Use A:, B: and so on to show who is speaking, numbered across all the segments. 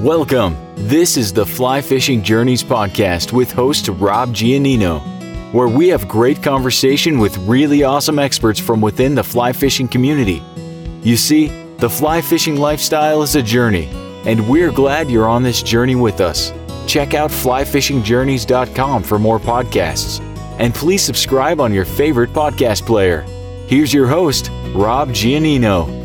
A: Welcome. This is the Fly Fishing Journeys podcast with host Rob Giannino, where we have great conversation with really awesome experts from within the fly fishing community. You see, the fly fishing lifestyle is a journey, and we're glad you're on this journey with us. Check out flyfishingjourneys.com for more podcasts, and please subscribe on your favorite podcast player. Here's your host, Rob Giannino.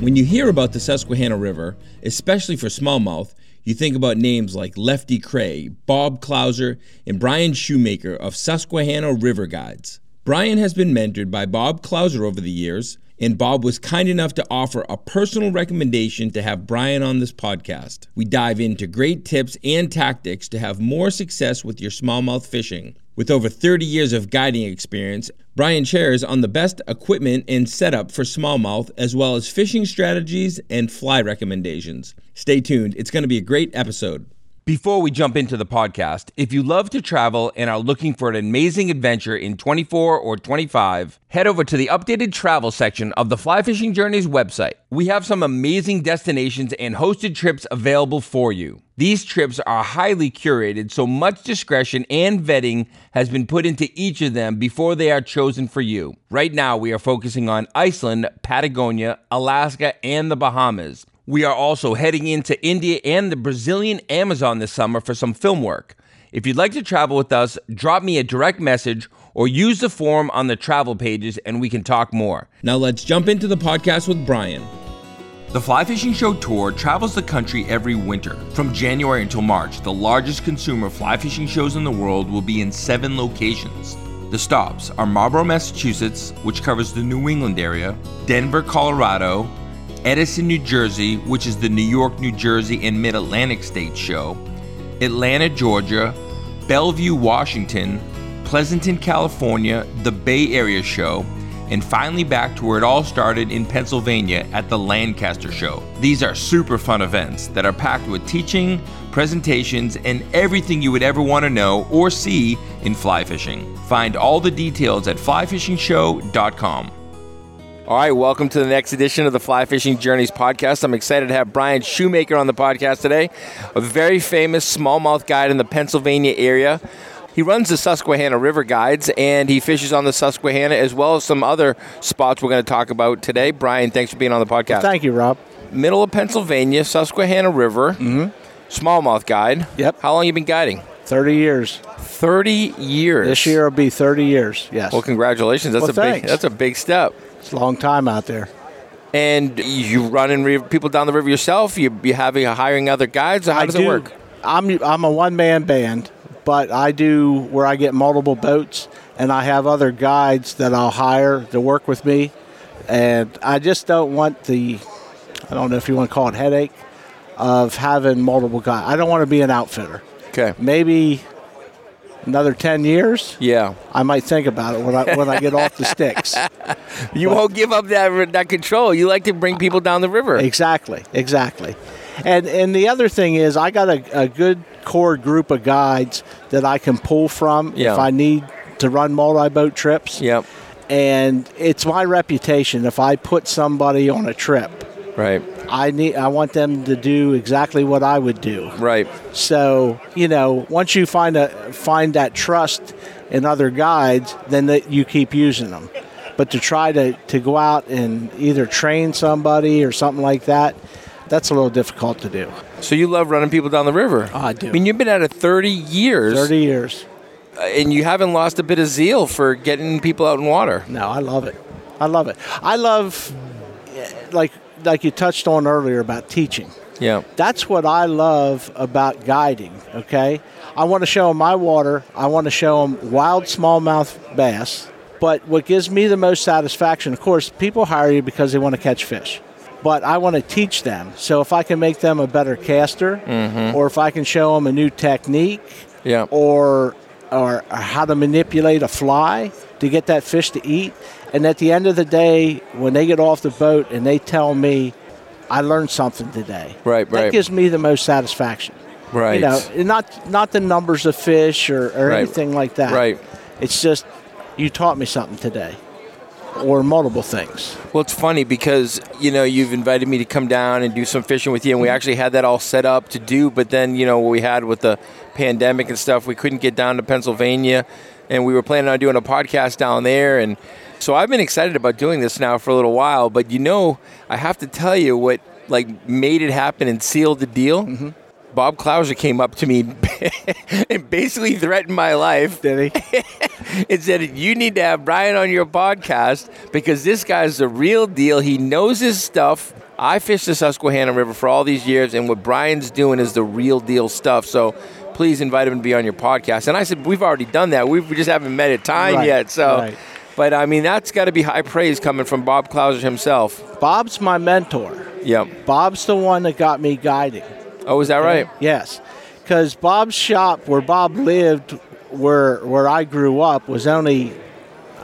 B: When you hear about the Susquehanna River, especially for smallmouth, you think about names like Lefty Cray, Bob Clouser, and Brian Shoemaker of Susquehanna River Guides. Brian has been mentored by Bob Clouser over the years, and Bob was kind enough to offer a personal recommendation to have Brian on this podcast. We dive into great tips and tactics to have more success with your smallmouth fishing. With over 30 years of guiding experience, Brian shares on the best equipment and setup for smallmouth, as well as fishing strategies and fly recommendations. Stay tuned, it's going to be a great episode.
C: Before we jump into the podcast, if you love to travel and are looking for an amazing adventure in 24 or 25, head over to the updated travel section of the Fly Fishing Journeys website. We have some amazing destinations and hosted trips available for you. These trips are highly curated, so much discretion and vetting has been put into each of them before they are chosen for you. Right now, we are focusing on Iceland, Patagonia, Alaska, and the Bahamas. We are also heading into India and the Brazilian Amazon this summer for some film work. If you'd like to travel with us, drop me a direct message or use the form on the travel pages and we can talk more.
B: Now let's jump into the podcast with Brian.
C: The Fly Fishing Show Tour travels the country every winter. From January until March, the largest consumer fly fishing shows in the world will be in seven locations. The stops are Marlborough, Massachusetts, which covers the New England area, Denver, Colorado, Edison, New Jersey, which is the New York, New Jersey, and Mid Atlantic State show, Atlanta, Georgia, Bellevue, Washington, Pleasanton, California, the Bay Area show, and finally back to where it all started in Pennsylvania at the Lancaster show. These are super fun events that are packed with teaching, presentations, and everything you would ever want to know or see in fly fishing. Find all the details at flyfishingshow.com. All right, welcome to the next edition of the Fly Fishing Journeys podcast. I'm excited to have Brian Shoemaker on the podcast today, a very famous smallmouth guide in the Pennsylvania area. He runs the Susquehanna River Guides and he fishes on the Susquehanna as well as some other spots we're going to talk about today. Brian, thanks for being on the podcast.
D: Thank you, Rob.
C: Middle of Pennsylvania, Susquehanna River, smallmouth guide.
D: Yep.
C: How long you been guiding?
D: 30 years.
C: 30 years.
D: This year will be 30 years. Yes.
C: Well, congratulations. That's
D: Well,
C: a big
D: thanks.
C: that's a big step.
D: It's a long time out there.
C: And you run in re- people down the river yourself? You you have you hiring other guides? How does it work?
D: I'm, I'm a one man band, but I do where I get multiple boats and I have other guides that I'll hire to work with me. And I just don't want the, I don't know if you want to call it headache, of having multiple guys. I don't want to be an outfitter.
C: Okay.
D: Maybe another 10 years,
C: Yeah.
D: I might think about it when I, when I get off the sticks.
C: You won't give up that that control. You like to bring people down the river.
D: Exactly, exactly. And and the other thing is, I got a, a good core group of guides that I can pull from
C: Yeah.
D: if I need to run multi boat trips.
C: Yep.
D: And it's my reputation. If I put somebody on a trip,
C: Right.
D: I need I want them to do exactly what I would do.
C: Right.
D: So you know, once you find a find that trust in other guides, then that you keep using them. But to try to to go out and either train somebody or something like that, that's a little difficult to do.
C: So you love running people down the river.
D: I do.
C: Oh, I mean, you've been at it 30 years,
D: Thirty years.
C: and you haven't lost a bit of zeal for getting people out in water.
D: No, I love it. I love it. I love like like you touched on earlier about teaching.
C: Yeah.
D: That's what I love about guiding, okay? I want to show them my water. I want to show them wild smallmouth bass. But what gives me the most satisfaction, of course, people hire you because they want to catch fish. But I want to teach them. So if I can make them a better caster, or if I can show them a new technique,
C: Yeah.
D: or, or how to manipulate a fly to get that fish to eat. And at the end of the day, when they get off the boat and they tell me, I learned something today.
C: Right,
D: That
C: right.
D: gives me the most satisfaction.
C: Right.
D: You know, and not not the numbers of fish or, or
C: Right.
D: anything like that.
C: Right.
D: It's just you taught me something today. or multiple things.
E: Well, it's funny because you know you've invited me to come down and do some fishing with you, and we actually had that all set up to do. But then you know what we had with the pandemic and stuff, we couldn't get down to Pennsylvania, and we were planning on doing a podcast down there. And so I've been excited about doing this now for a little while. But you know, I have to tell you what like made it happen and sealed the deal. Bob Clouser came up to me and basically threatened my life.
D: Did he?
E: and said, You need to have Brian on your podcast because this guy's the real deal. He knows his stuff. I fished the Susquehanna River for all these years, and what Brian's doing is the real deal stuff. So please invite him to be on your podcast. And I said, We've already done that. We've, we just haven't met at time
D: Right,
E: yet. So.
D: right.
E: But I mean, that's got to be high praise coming from Bob Clouser himself.
D: Bob's my mentor.
E: Yep.
D: Bob's the one that got me guiding.
E: Oh, is that right?
D: Yes, because Bob's shop, where Bob lived, where where I grew up, was only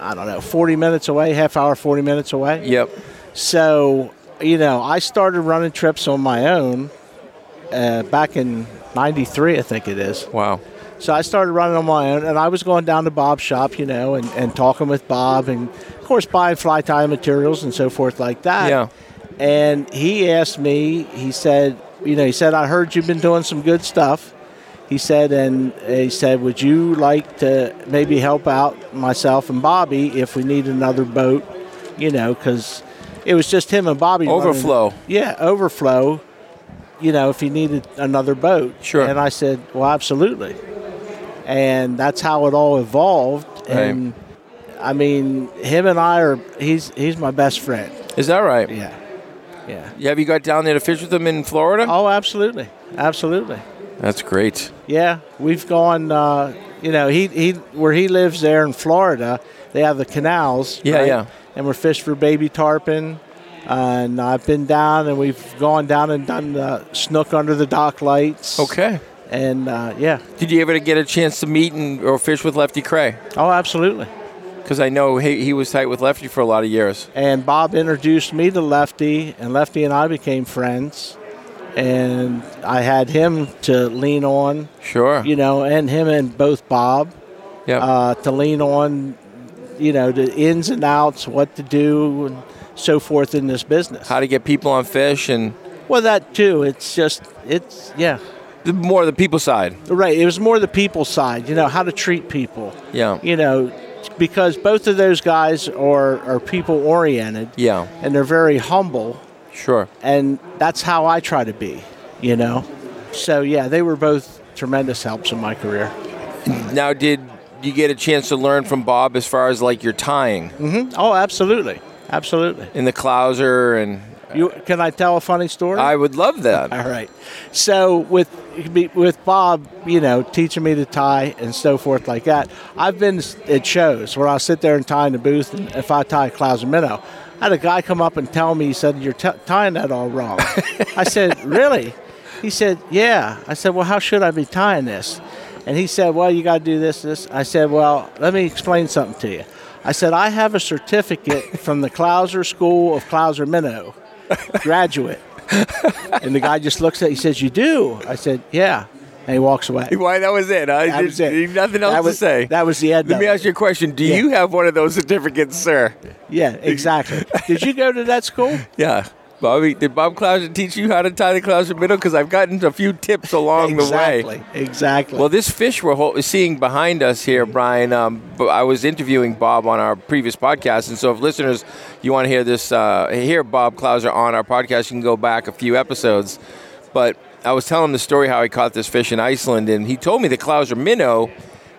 D: I don't know forty minutes away, half hour, forty minutes away.
E: Yep.
D: So you know, I started running trips on my own uh, back in '93, I think it is.
E: Wow.
D: So I started running on my own, and I was going down to Bob's shop, you know, and, and talking with Bob, and of course buying fly tie materials and so forth like that.
E: Yeah.
D: And he asked me, he said, you know, he said, I heard you've been doing some good stuff. He said, and he said, would you like to maybe help out myself and Bobby if we need another boat, you know, because it was just him and Bobby. running-
E: Overflow.
D: yeah, overflow. You know, if he needed another boat.
E: Sure.
D: And I said, well, absolutely. And that's how it all evolved. And I mean, him and I are he's he's my best friend.
E: Is that right?
D: Yeah. Yeah.
E: Have you got down there to fish with him in Florida?
D: Oh, absolutely. Absolutely.
E: That's great.
D: Yeah, we've gone. Uh, you know, he, he where he lives there in Florida, they have the canals.
E: Yeah, yeah.
D: And we're fished for baby tarpon, and I've been down and we've gone down and done uh, snook under the dock lights.
E: Okay.
D: And uh, yeah,
E: Did you ever get a chance to meet and or fish with Lefty Cray?
D: oh, absolutely.
E: Because I know he, he was tight with Lefty for a lot of years.
D: And Bob introduced me to Lefty, and Lefty and I became friends. And I had him to lean on,
E: Sure.
D: you know, and him and both Bob.
E: yeah.
D: uh, to lean on, you know, the ins and outs, what to do, and so forth in this business.
E: How to get people on fish and
D: well, that too. It's just, it's yeah,
E: the, more the people side.
D: right. It was more the people side, you know, how to treat people,
E: Yeah.
D: you know, because both of those guys are are people oriented,
E: Yeah.
D: and they're very humble,
E: Sure.
D: and that's how I try to be, you know. So yeah, they were both tremendous helps in my career.
E: Now, did you get a chance to learn from Bob as far as like your tying
D: hmm Oh, absolutely, absolutely.
E: in the clouser? And
D: You can I tell a funny story?
E: I would love that.
D: All right. So with with Bob, you know, teaching me to tie and so forth like that, I've been at shows where I'll sit there and tie in the booth, and if I tie a clouser minnow, I had a guy come up and tell me, he said, "You're t- tying that all wrong." I said, "Really?" He said, "Yeah." I said, "Well, how should I be tying this?" And he said, "Well, you got to do this, this." I said, "Well, let me explain something to you." I said, "I have a certificate from the Clouser School of Clouser Minnow, graduate." And the guy just looks at. He says, "You do?" I said, "Yeah." And he walks away.
E: Why that was it? I
D: That was it.
E: Nothing else
D: That was-
E: to say.
D: That was the end.
E: Let
D: of
E: me
D: it.
E: ask you a question. Do you have one of those certificates, sir?
D: Yeah, exactly. Did you go to that school?
E: Yeah. Bobby, did Bob Clouser teach you how to tie the clouser middle? Because I've gotten a few tips along the way.
D: exactly. Exactly.
E: Well, this fish we're hol- seeing behind us here, Brian. Um, b- I was interviewing Bob on our previous podcast, and so if listeners, you want to hear this, uh, hear Bob Clouser on our podcast, you can go back a few episodes. But I was telling him the story how he caught this fish in Iceland, and he told me the Clouser minnow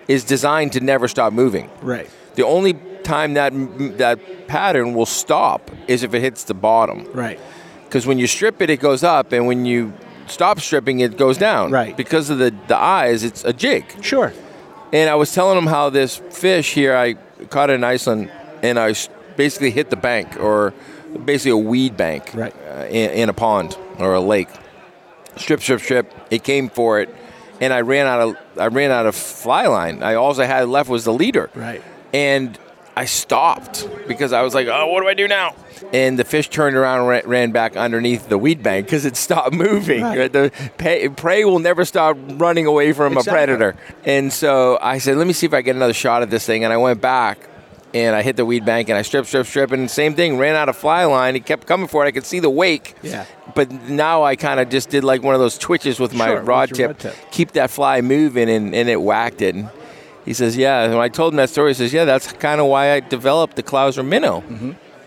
E: is designed to never stop moving.
D: right.
E: The only time that m- that pattern will stop is if it hits the bottom
D: Right.
E: because when you strip it, it goes up, and when you stop stripping, it goes down.
D: Right.
E: Because of the the eyes, it's a jig.
D: Sure.
E: And I was telling him how this fish here I caught it in Iceland, and I s- basically hit the bank or basically a weed bank
D: Right.
E: uh, in, in a pond or a lake. Strip, strip, strip. It came for it, and I ran out of I ran out of fly line. I all I had left was the leader.
D: Right.
E: And I stopped because I was like, oh, what do I do now? And the fish turned around and ran, ran back underneath the weed bank because it stopped moving.
D: Right.
E: The pay, prey will never stop running away from
D: Exactly.
E: a predator. And so I said, let me see if I get another shot at this thing. And I went back and I hit the weed bank and I strip, strip, strip, and same thing, ran out of fly line. It kept coming for it. I could see the wake.
D: Yeah.
E: But now I kind of just did like one of those twitches with my
D: Sure, with
E: rod,
D: your
E: tip,
D: rod tip.
E: keep that fly moving, and, and it whacked it. And he says, yeah. And when I told him that story, he says, yeah, that's kind of why I developed the Klauser minnow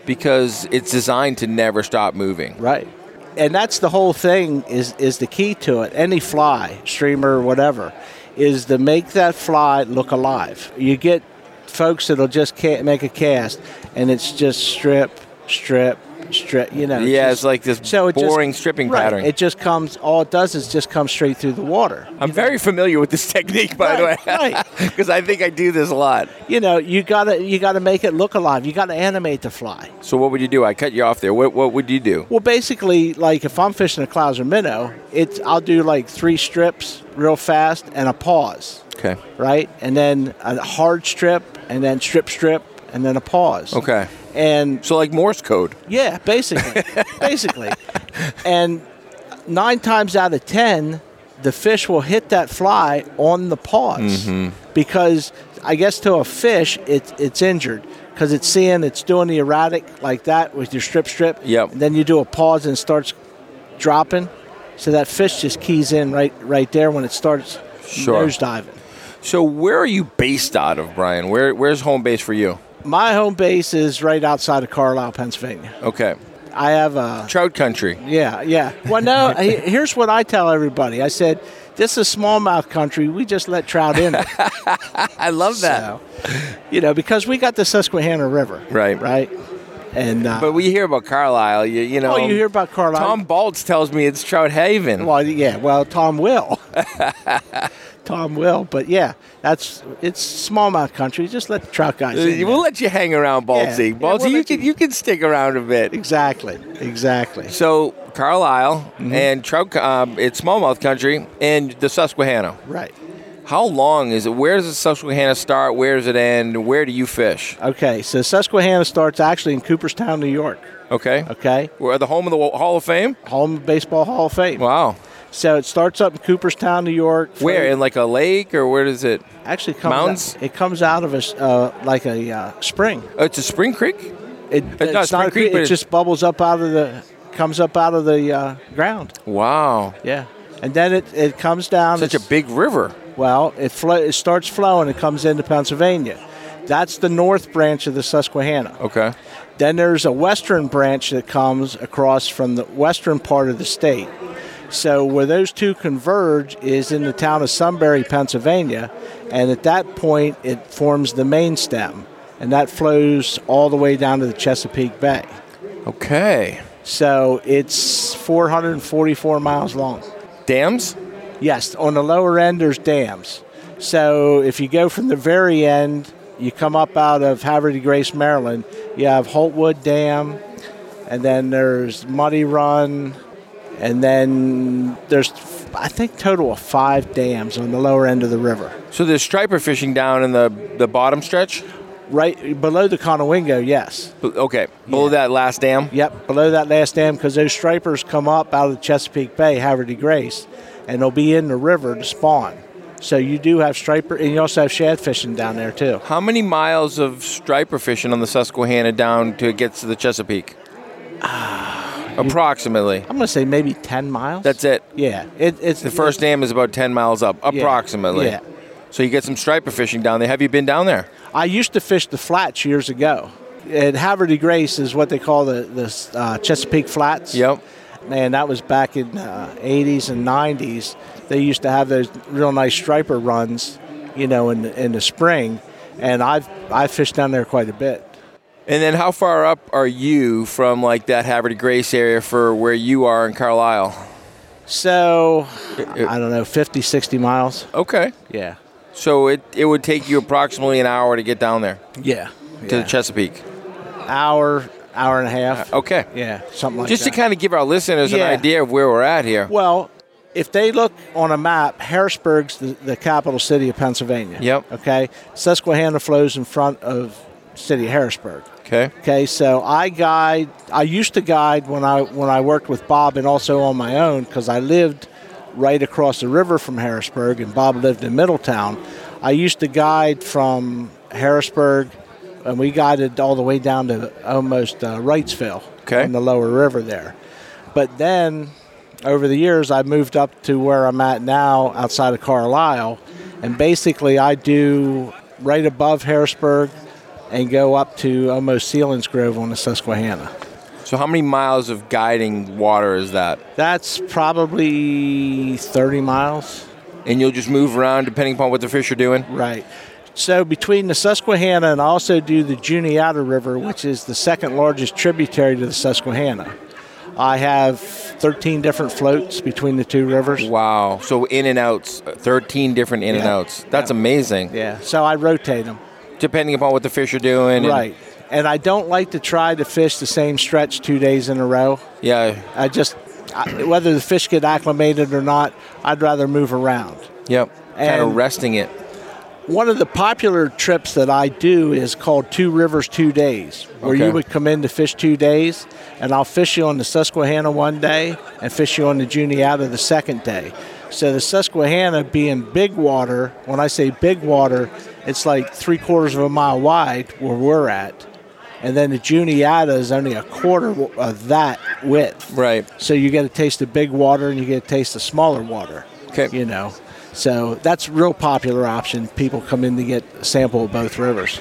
E: because it's designed to never stop moving.
D: Mm-hmm. Right. And that's the whole thing is is the key to it. Any fly, streamer, whatever, is to make that fly look alive. You get folks that'll just can't make a cast and it's just strip, strip, strip, you know.
E: Yeah,
D: just-
E: it's like this boring stripping
D: right,
E: pattern.
D: It just comes all it does is just comes straight through the water.
E: I'm very familiar with this technique, by
D: Right,
E: the way,
D: right.
E: because I think I do this a lot.
D: You know, you gotta you gotta make it look alive. You gotta animate the fly.
E: So what would you do? I cut you off there. What, what would you do?
D: Well, basically, like if I'm fishing a clouser minnow, it's I'll do like three strips real fast and a pause,
E: Okay.
D: right? And then a hard strip, and then strip, strip, and then a pause.
E: Okay.
D: And
E: So like Morse code.
D: yeah, basically, basically, and nine times out of ten, the fish will hit that fly on the pause
E: Mm-hmm.
D: because I guess to a fish, it, it's injured. Because it's seeing, it's doing the erratic like that with your strip strip.
E: Yep.
D: And then you do a pause and it starts dropping. So that fish just keys in right right there when it starts
E: Sure.
D: nose diving.
E: So where are you based out of, Brian? Where where's home base for you?
D: My home base is right outside of Carlisle, Pennsylvania.
E: Okay.
D: I have a
E: Trout country.
D: Yeah, yeah. Well, no, he- here's what I tell everybody. I said, this is smallmouth country. We just let trout in. it."
E: I love
D: so, you know, because we got the Susquehanna River.
E: Right.
D: Right. And, uh,
E: But we hear about Carlisle, you, you know.
D: oh, you hear about Carlisle.
E: Tom Baltz tells me it's Trout Haven.
D: Well, yeah, well, Tom will. Tom will. But yeah, that's, it's smallmouth country. Just let the trout guys
E: Uh,
D: in. there.
E: we'll let you hang around, Baltzy.
D: Yeah,
E: Baltzy,
D: we'll
E: you
D: let
E: can
D: you-
E: you can stick around a bit.
D: exactly. Exactly.
E: So Carlisle
D: Mm-hmm.
E: and trout, um, it's smallmouth country and the Susquehanna.
D: Right.
E: How long is it? Where does the Susquehanna start? Where does it end? Where do you fish?
D: Okay. So Susquehanna starts actually in Cooperstown, New York.
E: Okay.
D: Okay.
E: We're at the home of the Wa- Hall of Fame.
D: Home of Baseball Hall of Fame.
E: Wow.
D: So it starts up in Cooperstown, New York.
E: Where in like a lake or where does it?
D: actually comes
E: Mounds?
D: Out, it comes out of a s- uh, like a uh, spring.
E: Oh, it's a Spring Creek.
D: It,
E: not spring creek,
D: a creek,
E: but
D: It
E: it-
D: just bubbles up out of the comes up out of the uh, ground.
E: Wow,
D: Yeah, and then it, it comes down.
E: such a
D: it's-
E: big river.
D: well. It flo- it starts flowing. It comes into Pennsylvania. That's the north branch of the Susquehanna.
E: Okay.
D: Then there's a western branch that comes across from the western part of the state. So where those two converge is in the town of Sunbury, Pennsylvania, and at that point it forms the main stem, and that flows all the way down to the Chesapeake Bay.
E: Okay.
D: So it's 444 miles long.
E: Dams.
D: Yes, on the lower end there's dams. So if you go from the very end, you come up out of Haverty Grace, Maryland. You have Holtwood Dam, and then there's Muddy Run, and then there's I think total of five dams on the lower end of the river,
E: So there's striper fishing down in the the bottom stretch.
D: right below the Conowingo. Yes,
E: B- Okay, below that last dam.
D: yep, below that last dam because those stripers come up out of the Chesapeake Bay, Haverty Grace, and they'll be in the river to spawn. So you do have striper, and you also have shad fishing down there too.
E: How many miles of striper fishing on the Susquehanna down to it gets to the Chesapeake?
D: Ah,
E: Approximately.
D: I'm gonna say maybe ten miles.
E: That's it.
D: Yeah, it, it's
E: The first dam is about 10 miles up, approximately.
D: yeah.
E: So you get some striper fishing down there. Have you been down there?
D: I used to fish the flats years ago. At Haverty Grace is what they call the the uh, Chesapeake Flats.
E: Yep.
D: Man, that was back in uh, 80s and 90s. They used to have those real nice striper runs, you know, in the, in the spring, and I've I fished down there quite a bit.
E: And then how far up are you from like that Haverty Grace area for where you are in Carlisle?
D: So
E: Uh,
D: I don't know, 50, 60 miles.
E: Okay.
D: Yeah.
E: So it, it would take you approximately an hour to get down there
D: Yeah.
E: to the Chesapeake.
D: hour, hour and a half.
E: Uh, Okay.
D: Yeah, something like
E: Just
D: that.
E: to kind of give our listeners
D: Yeah.
E: an idea of where we're at here.
D: Well, if they look on a map, Harrisburg's the, the capital city of Pennsylvania.
E: Yep.
D: Okay. Susquehanna flows in front of city of Harrisburg.
E: Okay.
D: Okay, so I guide. I used to guide when I when I worked with Bob and also on my own because I lived right across the river from Harrisburg and Bob lived in Middletown. I used to guide from Harrisburg and we guided all the way down to almost uh, Wrightsville
E: Okay.
D: in the lower river there. But then over the years, I moved up to where I'm at now outside of Carlisle, and basically I do right above Harrisburg and go up to almost Sealands Grove on the Susquehanna.
E: So how many miles of guiding water is that?
D: That's probably 30 miles.
E: And you'll just move around depending upon what the fish are doing.
D: Right. So between the Susquehanna and I also do the Juniata River, which is the second largest tributary to the Susquehanna. I have 13 different floats between the two rivers.
E: Wow. So in and outs, 13 different in and
D: Yeah.
E: outs. That's amazing.
D: Yeah. So I rotate them.
E: Depending upon what the fish are doing. and-
D: Right. And I don't like to try to fish the same stretch two days in a row.
E: Yeah.
D: I just, I, whether the fish get acclimated or not, I'd rather move around.
E: Yep. kind of
D: And-
E: resting it.
D: One of the popular trips that I do is called Two Rivers Two Days, where
E: Okay.
D: you would come in to fish two days, and I'll fish you on the Susquehanna one day and fish you on the Juniata the second day. So the Susquehanna being big water, when I say big water, it's like three quarters of a mile wide where we're at, and then the Juniata is only a quarter of that width.
E: Right.
D: So you get a taste of big water and you get a taste of smaller water.
E: Okay.
D: You know, so that's a real popular option. People come in to get a sample of both rivers.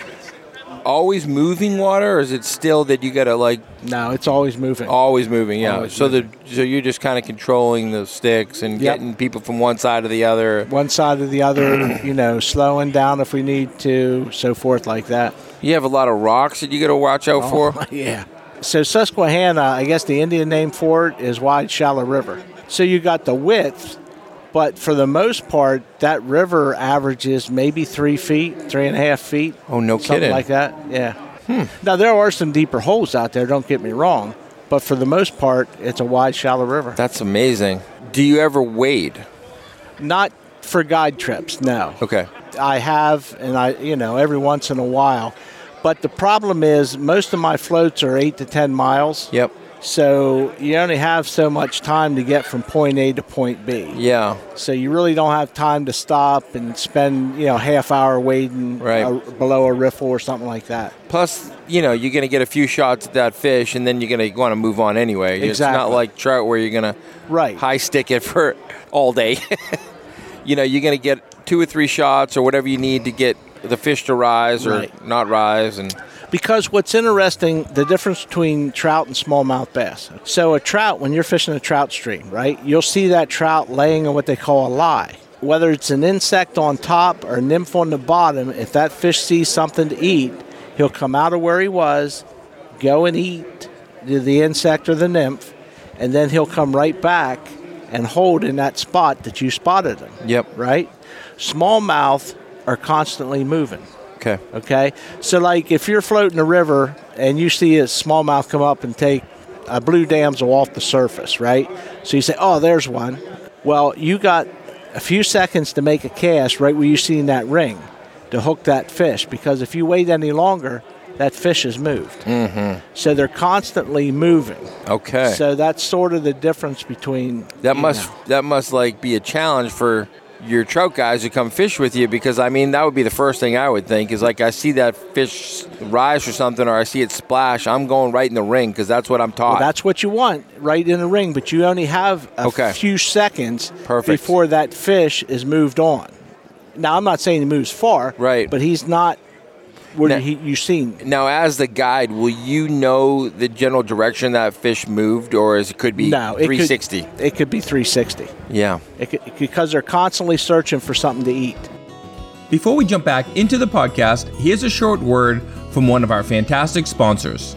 E: Always moving water, or is it still that you got to like
D: No, it's always moving.
E: always moving? Yeah.
D: Always
E: so the so you're just kind of controlling the sticks and
D: Yep.
E: getting people from one side to the other.
D: One side or the other, you know, slowing down if we need to, so forth like that.
E: You have a lot of rocks that you got to watch
D: Oh
E: out for.
D: Yeah. So Susquehanna, I guess the Indian name for it is wide, shallow river. So you got the width, but for the most part, that river averages maybe three feet, three and a half feet.
E: Oh, no
D: something
E: kidding. Hmm.
D: like that. Yeah. Now there are some deeper holes out there. Don't get me wrong, but for the most part, it's a wide, shallow river.
E: That's amazing. Do you ever wade?
D: Not for guide trips. No.
E: Okay.
D: I have, and I, you know, every once in a while. But the problem is, most of my floats are eight to ten miles.
E: Yep.
D: So you only have so much time to get from point A to point B.
E: Yeah.
D: So you really don't have time to stop and spend you know half hour wading
E: Right.
D: uh, below a riffle or something like that.
E: Plus, you know, you're going to get a few shots at that fish, and then you're going to want to move on anyway. It's not
D: Exactly.
E: like trout where you're going to
D: Right.
E: high stick it for all day. you know, you're going to get two or three shots or whatever you need to get the fish to rise or
D: Right.
E: not rise. And
D: Because what's interesting, the difference between trout and smallmouth bass. So a trout, when you're fishing a trout stream, right, you'll see that trout laying on what they call a lie. Whether it's an insect on top or a nymph on the bottom, if that fish sees something to eat, he'll come out of where he was, go and eat the- the insect or the nymph, and then he'll come right back and hold in that spot that you spotted him.
E: Yep.
D: Right? Smallmouth are constantly moving.
E: okay,
D: Okay, so like if you're floating a river and you see a smallmouth come up and take a blue damsel off the surface, right? So you say, "Oh, there's one." Well, you got a few seconds to make a cast right where you seen that ring to hook that fish because if you wait any longer, that fish is moved. Mm-hmm. So they're constantly moving.
E: okay,
D: So that's sort of the difference between
E: that
D: you
E: must
D: know.
E: that must like be a challenge for your trout guys who come fish with you because I mean that would be the first thing I would think is like I see that fish rise or something or I see it splash, I'm going right in the ring because that's what I'm taught.
D: Well, that's what you want right in the ring, but you only have a
E: Okay.
D: few seconds
E: Perfect.
D: before that fish is moved on. Now, I'm not saying he moves far,
E: Right.
D: But he's not where
E: Now-
D: he, you seen.
E: Now, as the guide, will you know the general direction that fish moved, or is it could be
D: No, it could-
E: 360?
D: It could be 360
E: Yeah.
D: it could, because they're constantly searching for something to eat.
C: Before we jump back into the podcast, here's a short word from one of our fantastic sponsors.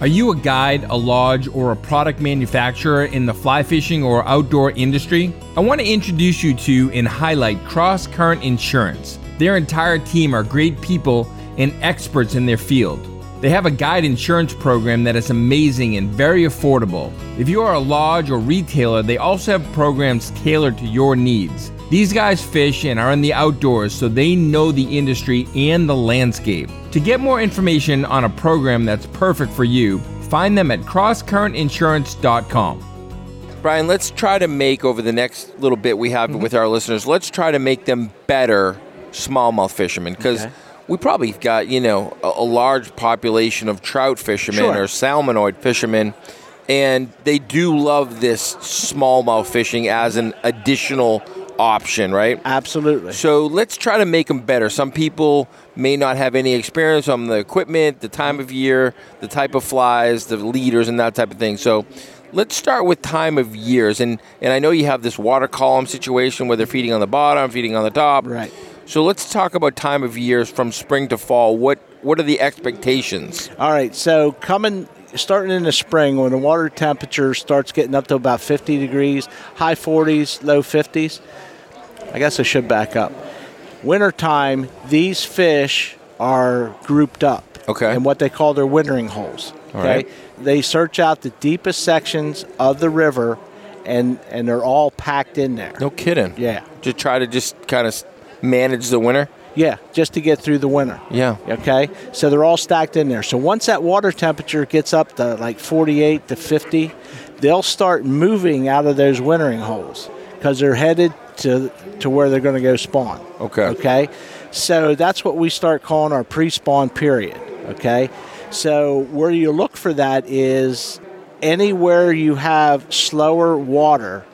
C: Are you a guide, a lodge, or a product manufacturer in the fly fishing or outdoor industry? I want to introduce you to and highlight Cross Current Insurance. Their entire team are great people and experts in their field. They have a guide insurance program that is amazing and very affordable. If you are a lodge or retailer, they also have programs tailored to your needs. These guys fish and are in the outdoors, so they know the industry and the landscape. To get more information on a program that's perfect for you, find them at crosscurrentinsurance.com.
E: Brian, let's try to make over the next
C: Mm-hmm.
E: little bit we have with our listeners, let's try to make them better smallmouth fishermen because we probably got you know a, a large population of trout fishermen
D: Sure.
E: or salmonoid fishermen, and they do love this smallmouth fishing as an additional option, right?
D: Absolutely.
E: So let's try to make them better. Some people may not have any experience on the equipment, the time of year, the type of flies, the leaders, and that type of thing. So let's start with time of years. And and I know you have this water column situation where they're feeding on the bottom, feeding on the top.
D: Right.
E: So let's talk about time of years from spring to fall. What what are the expectations?
D: All right, so coming starting in the spring when the water temperature starts getting up to about 50 degrees, high 40s, low 50s. I guess I should back up. Wintertime, these fish are grouped up
E: Okay.
D: in what they call their wintering holes.
E: All right.
D: They search out the deepest sections of the river and and they're all packed in there.
E: No kidding.
D: Yeah.
E: To try to just kind of manage the winter.
D: Yeah, just to get through the winter.
E: Yeah.
D: Okay, so they're all stacked in there. So once that water temperature gets up to like 48 to 50, they'll start moving out of those wintering holes because they're headed to to where they're going to go spawn.
E: Okay.
D: Okay, so that's what we start calling our pre-spawn period. Okay, so where you look for that is anywhere you have slower water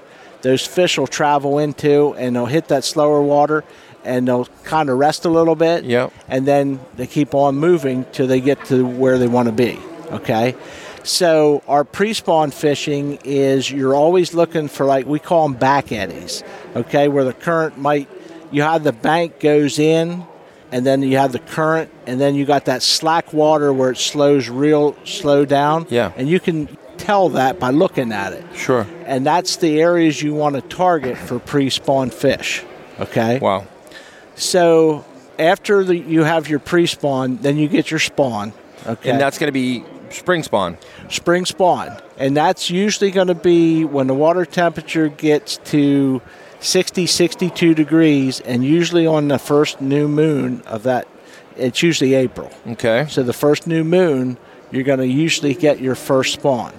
D: those fish will travel into and they'll hit that slower water and they'll kind of rest a little bit.
E: Yep.
D: And then they keep on moving till they get to where they want to be. Okay. So our pre-spawn fishing is you're always looking for like we call them back eddies. Okay, where the current might you have the bank goes in and then you have the current and then you got that slack water where it slows real slow down.
E: Yeah.
D: And you can tell that by looking at it
E: Sure.
D: and that's the areas you want to target for pre-spawn fish. Okay.
E: Wow.
D: So after the, you have your pre-spawn, then you get your spawn. Okay.
E: And that's going to be spring spawn.
D: spring spawn, and that's usually going to be when the water temperature gets to 60, 62 degrees, and usually on the first new moon of that, it's usually April.
E: Okay.
D: So the first new moon, you're going to usually get your first spawn.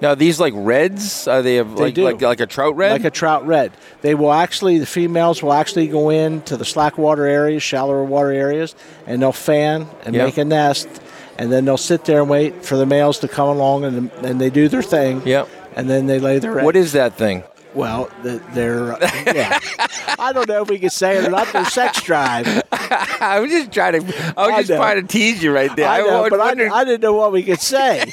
E: Now these like reds are they, of like,
D: do.
E: like like a trout red?
D: Like a trout red. They will actually, the females will actually go in to the slack water areas, shallower water areas, and they'll fan and
E: Yeah.
D: make a nest, and then they'll sit there and wait for the males to come along and, and they do their thing.
E: Yep.
D: And then they lay their egg.
E: What is that thing?
D: Well, th- they're. uh, Yeah. I don't know if we can say it or not. They're sex drive.
E: I was just trying to. I was
D: I
E: just
D: know.
E: trying to tease you right there.
D: I know,
E: was
D: but I,
E: wondering-
D: I didn't know what we could say.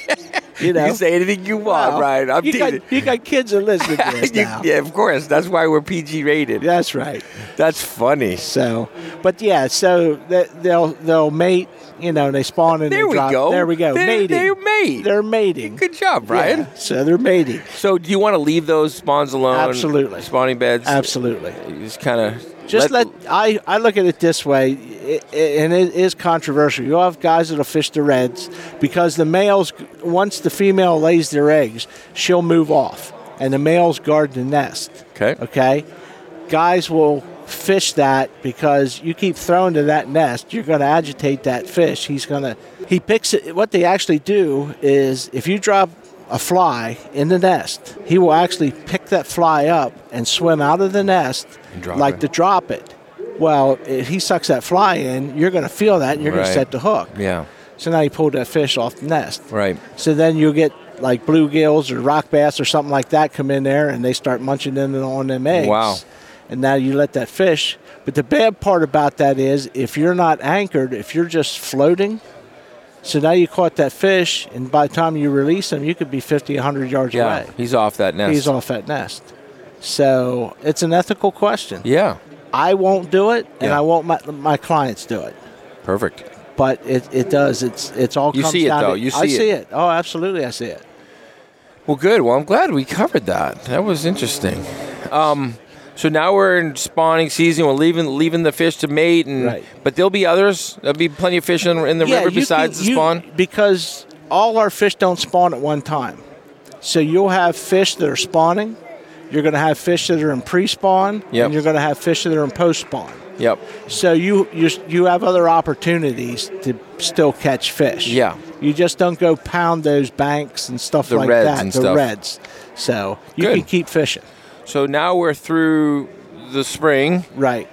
D: You know.
E: you can say anything you want,
D: Well,
E: Brian. I'm
D: you
E: teasing.
D: got, you got kids that listen to this
E: You-
D: now.
E: yeah, of course. That's why we're PG rated.
D: That's right.
E: That's funny.
D: So, but yeah, so th- they'll they'll mate, you know, they spawn and
E: There
D: they
E: we
D: drop.
E: go.
D: There we go.
E: They're-
D: mating.
E: they're mate.
D: They're mating.
E: Good job, Brian.
D: Yeah, so they're mating.
E: So, do you want to leave those spawns alone?
D: Absolutely.
E: Spawning beds.
D: Absolutely.
E: You Just kind of.
D: Just let, I, I look at it this way, i i and it is controversial. You'll have guys that'll fish the reds because the males, once the female lays their eggs, she'll move off, and the males guard the nest.
E: Okay.
D: Okay. Guys will fish that because you keep throwing to that nest, you're going to agitate that fish. He's going to, he picks it. What they actually do is if you drop a fly in the nest, he will actually pick that fly up and swim out of the nest
E: drop
D: like
E: it.
D: to drop it. Well, if he sucks that fly in, you're going to feel that and you're going
E: Right.
D: to set the hook.
E: Yeah.
D: So now you pulled that fish off the nest.
E: Right.
D: So then you'll get like bluegills or rock bass or something like that come in there and they start munching in on them eggs.
E: Wow.
D: And now you let that fish. But the bad part about that is if you're not anchored, if you're just floating, so now you caught that fish, and by the time you release him, you could be 50, 100 yards
E: Yeah.
D: away.
E: He's off that nest.
D: He's off that nest. So it's an ethical question.
E: Yeah.
D: I won't do it, and
E: Yeah.
D: I won't my, my clients do it
E: Perfect.
D: but it, it does. It's it's all.
E: You
D: comes
E: see it,
D: down
E: though.
D: To,
E: You
D: I
E: see
D: see it. Oh, absolutely, I see it.
E: Well, good. Well, I'm glad we covered that. That was interesting. Um, so now we're in spawning season. We're leaving leaving the fish to mate, and
D: Right.
E: but there'll be others. There'll be plenty of fish in, in the river
D: you
E: besides
D: can-
E: the
D: you-
E: spawn.
D: because all our fish don't spawn at one time. So you'll have fish that are spawning. You're going to have fish that are in pre-spawn,
E: Yep.
D: and you're going to have fish that are in post-spawn.
E: Yep.
D: So you you you have other opportunities to still catch fish.
E: Yeah.
D: You just don't go pound those banks and stuff
E: The
D: like
E: reds
D: that.
E: and
D: the
E: stuff.
D: reds. So you
E: Good.
D: can keep fishing.
E: So now we're through the spring.
D: Right.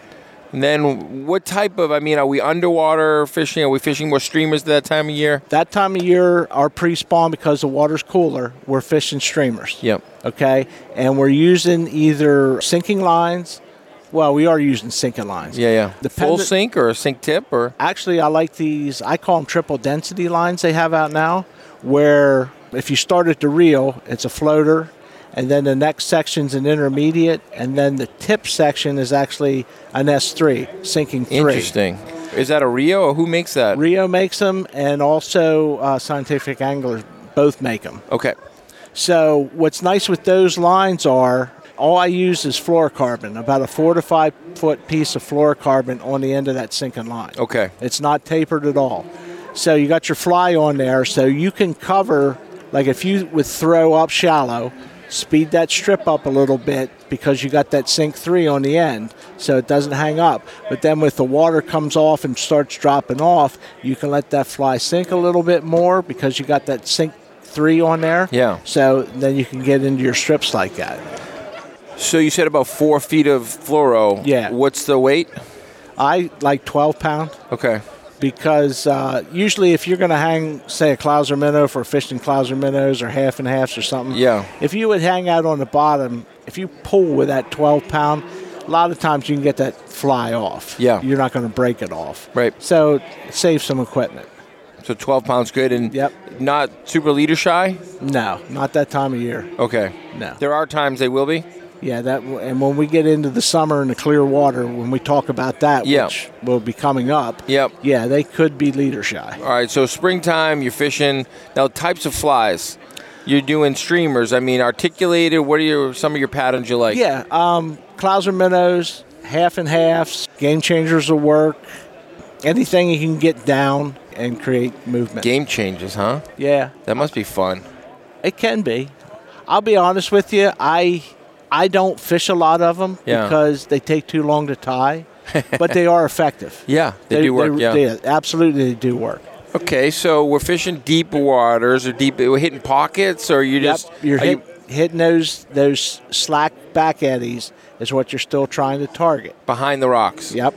E: And then what type of, I mean, are we underwater fishing? Are we fishing more streamers that time of year?
D: That time of year, our pre spawn, because the water's cooler, we're fishing streamers.
E: Yep.
D: Okay. And we're using either sinking lines. Well, we are using sinking lines.
E: Yeah, yeah. The Full
D: Dependent-
E: sink or a sink tip or?
D: Actually, I like these, I call them triple density lines they have out now, where if you start at the reel, it's a floater, and then the next section's an intermediate, and then the tip section is actually an S3, sinking three.
E: Interesting. Is that a Rio or who makes that?
D: Rio makes them, and also uh, Scientific Anglers both make them.
E: Okay.
D: So what's nice with those lines are all I use is fluorocarbon, about a four to five foot piece of fluorocarbon on the end of that sinking line.
E: Okay.
D: It's not tapered at all. So you got your fly on there, so you can cover like if you would throw up shallow, speed that strip up a little bit because you got that sink three on the end, so it doesn't hang up. But then with the water comes off and starts dropping off, you can let that fly sink a little bit more because you got that sink three on there.
E: Yeah.
D: So then you can get into your strips like that.
E: So you said about four feet of fluoro.
D: Yeah.
E: What's the weight?
D: I like 12 pound.
E: Okay.
D: because uh, usually if you're going to hang, say, a clouser minnow for fishing clouser minnows or half and halves or something,
E: Yeah.
D: If you would hang out on the bottom, if you pull with that 12 pound, a lot of times you can get that fly off.
E: Yeah.
D: you're not going to break it off.
E: Right.
D: So save some equipment.
E: So 12 pounds good and
D: Yep.
E: not super leader shy?
D: No, not that time of year.
E: Okay.
D: No.
E: There are times they will be.
D: Yeah, that and when we get into the summer and the clear water, when we talk about that,
E: Yeah.
D: which will be coming up.
E: Yep.
D: Yeah, they could be leader shy.
E: All right. So springtime, you're fishing. Now, types of flies. You're doing streamers. I mean, articulated. What are your some of your patterns you like?
D: Yeah, um, clouser minnows, half and halves, game changers will work. Anything you can get down and create movement.
E: Game changes, huh?
D: Yeah,
E: That must be fun.
D: it can be. I'll be honest with you, I I don't fish a lot of them
E: Yeah.
D: because they take too long to tie, but they are effective.
E: Yeah, they, do work. yeah.
D: they- absolutely, they do work.
E: Okay, so we're fishing deep waters or deep. We're hitting pockets, or you just
D: yep, you're
E: are you
D: hit, hitting those those slack back eddies is what you're still trying to target.
E: behind the rocks.
D: Yep.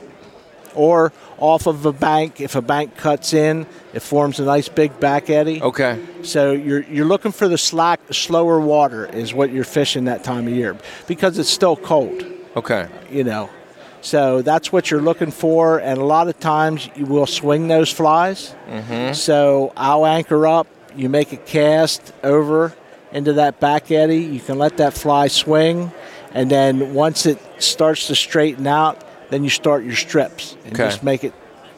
D: Or off of a bank. If a bank cuts in, it forms a nice big back eddy.
E: Okay.
D: So you're you're looking for the slack, slower water is what you're fishing that time of year because it's still cold.
E: Okay.
D: You know. So that's what you're looking for, and a lot of times you will swing those flies. So I'll anchor up. You make a cast over into that back eddy. You can let that fly swing, and then once it starts to straighten out, then you start your strips and
E: Okay.
D: just make it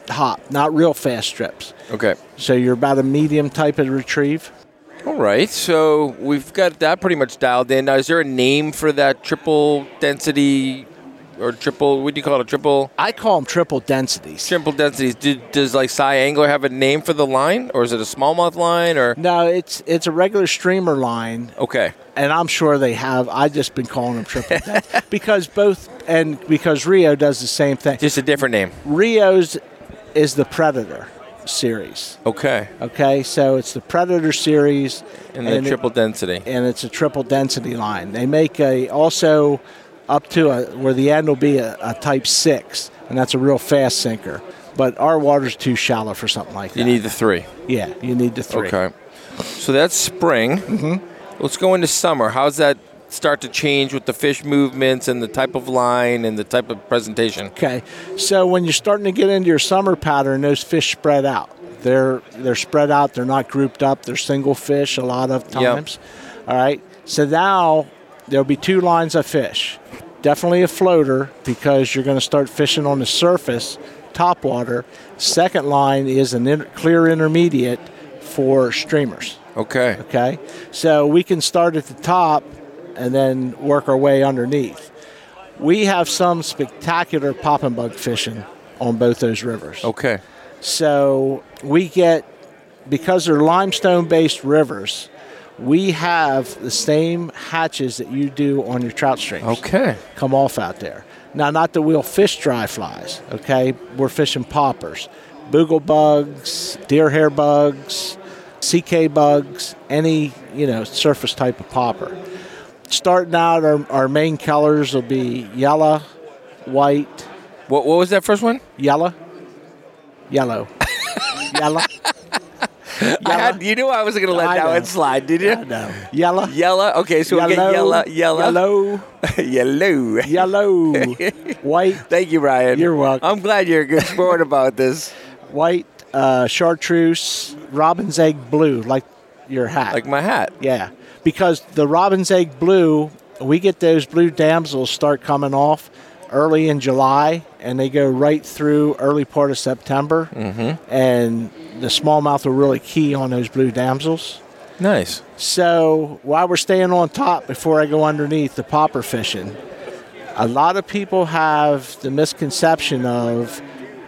D: hop. Not real fast strips.
E: Okay.
D: So you're about a medium type of retrieve.
E: All right. So we've got that pretty much dialed in. Now, is there a name for that triple density or triple? What do you call it? A triple
D: I call them triple densities.
E: triple densities. Do, does like Cy Angler have a name for the line, or is it a smallmouth line? Or
D: No, it's it's a regular streamer line,
E: okay.
D: and I'm sure they have. I've just been calling them triple densities because both and because Rio does the same thing.
E: Just a different name.
D: Rio's is the Predator series.
E: Okay.
D: Okay, so it's the Predator series
E: And the
D: it-
E: triple density.
D: and it's a triple density line. They make a also up to a, where the end will be a, a type six, and that's a real fast sinker. But our water's too shallow for something like that.
E: You need the three.
D: yeah, you need the three.
E: Okay. So that's spring. Mm-hmm. Let's go into summer. How's that start to change with the fish movements and the type of line and the type of presentation?
D: Okay, so when you're starting to get into your summer pattern, those fish spread out. They're they're spread out. They're not grouped up. They're single fish a lot of times. All right. So now there'll be two lines of fish. Definitely a floater because you're going to start fishing on the surface, top water. Second line is an inter- clear intermediate for streamers.
E: Okay.
D: Okay, so we can start at the top and then work our way underneath. We have some spectacular popping bug fishing on both those rivers.
E: Okay.
D: So we get, because they're limestone based rivers, we have the same hatches that you do on your trout streams
E: Okay.
D: come off out there. Now, not that we'll fish dry flies, okay? We're fishing poppers, boogle bugs, deer hair bugs, CK bugs, any, you know, surface type of popper. Starting out, our, our main colors will be yellow, white,
E: What, what was that first one?
D: Yellow. Yellow. Yellow.
E: I had, you knew I wasn't going to let
D: I
E: that
D: know.
E: one slide, did you?
D: No. Yellow.
E: Yellow. Okay, so we get yellow, yellow,
D: Yellow.
E: yellow.
D: Yellow. white.
E: Thank you, Ryan.
D: You're welcome.
E: I'm glad you're a good sport about this.
D: White. Uh, chartreuse. Robin's egg blue, like your hat.
E: Like my hat.
D: Yeah, because the robin's egg blue, we get those blue damsels start coming off early in July, and they go right through early part of September, mm-hmm. and the smallmouth are really key on those blue damsels.
E: Nice.
D: So while we're staying on top, before I go underneath, the popper fishing, a lot of people have the misconception of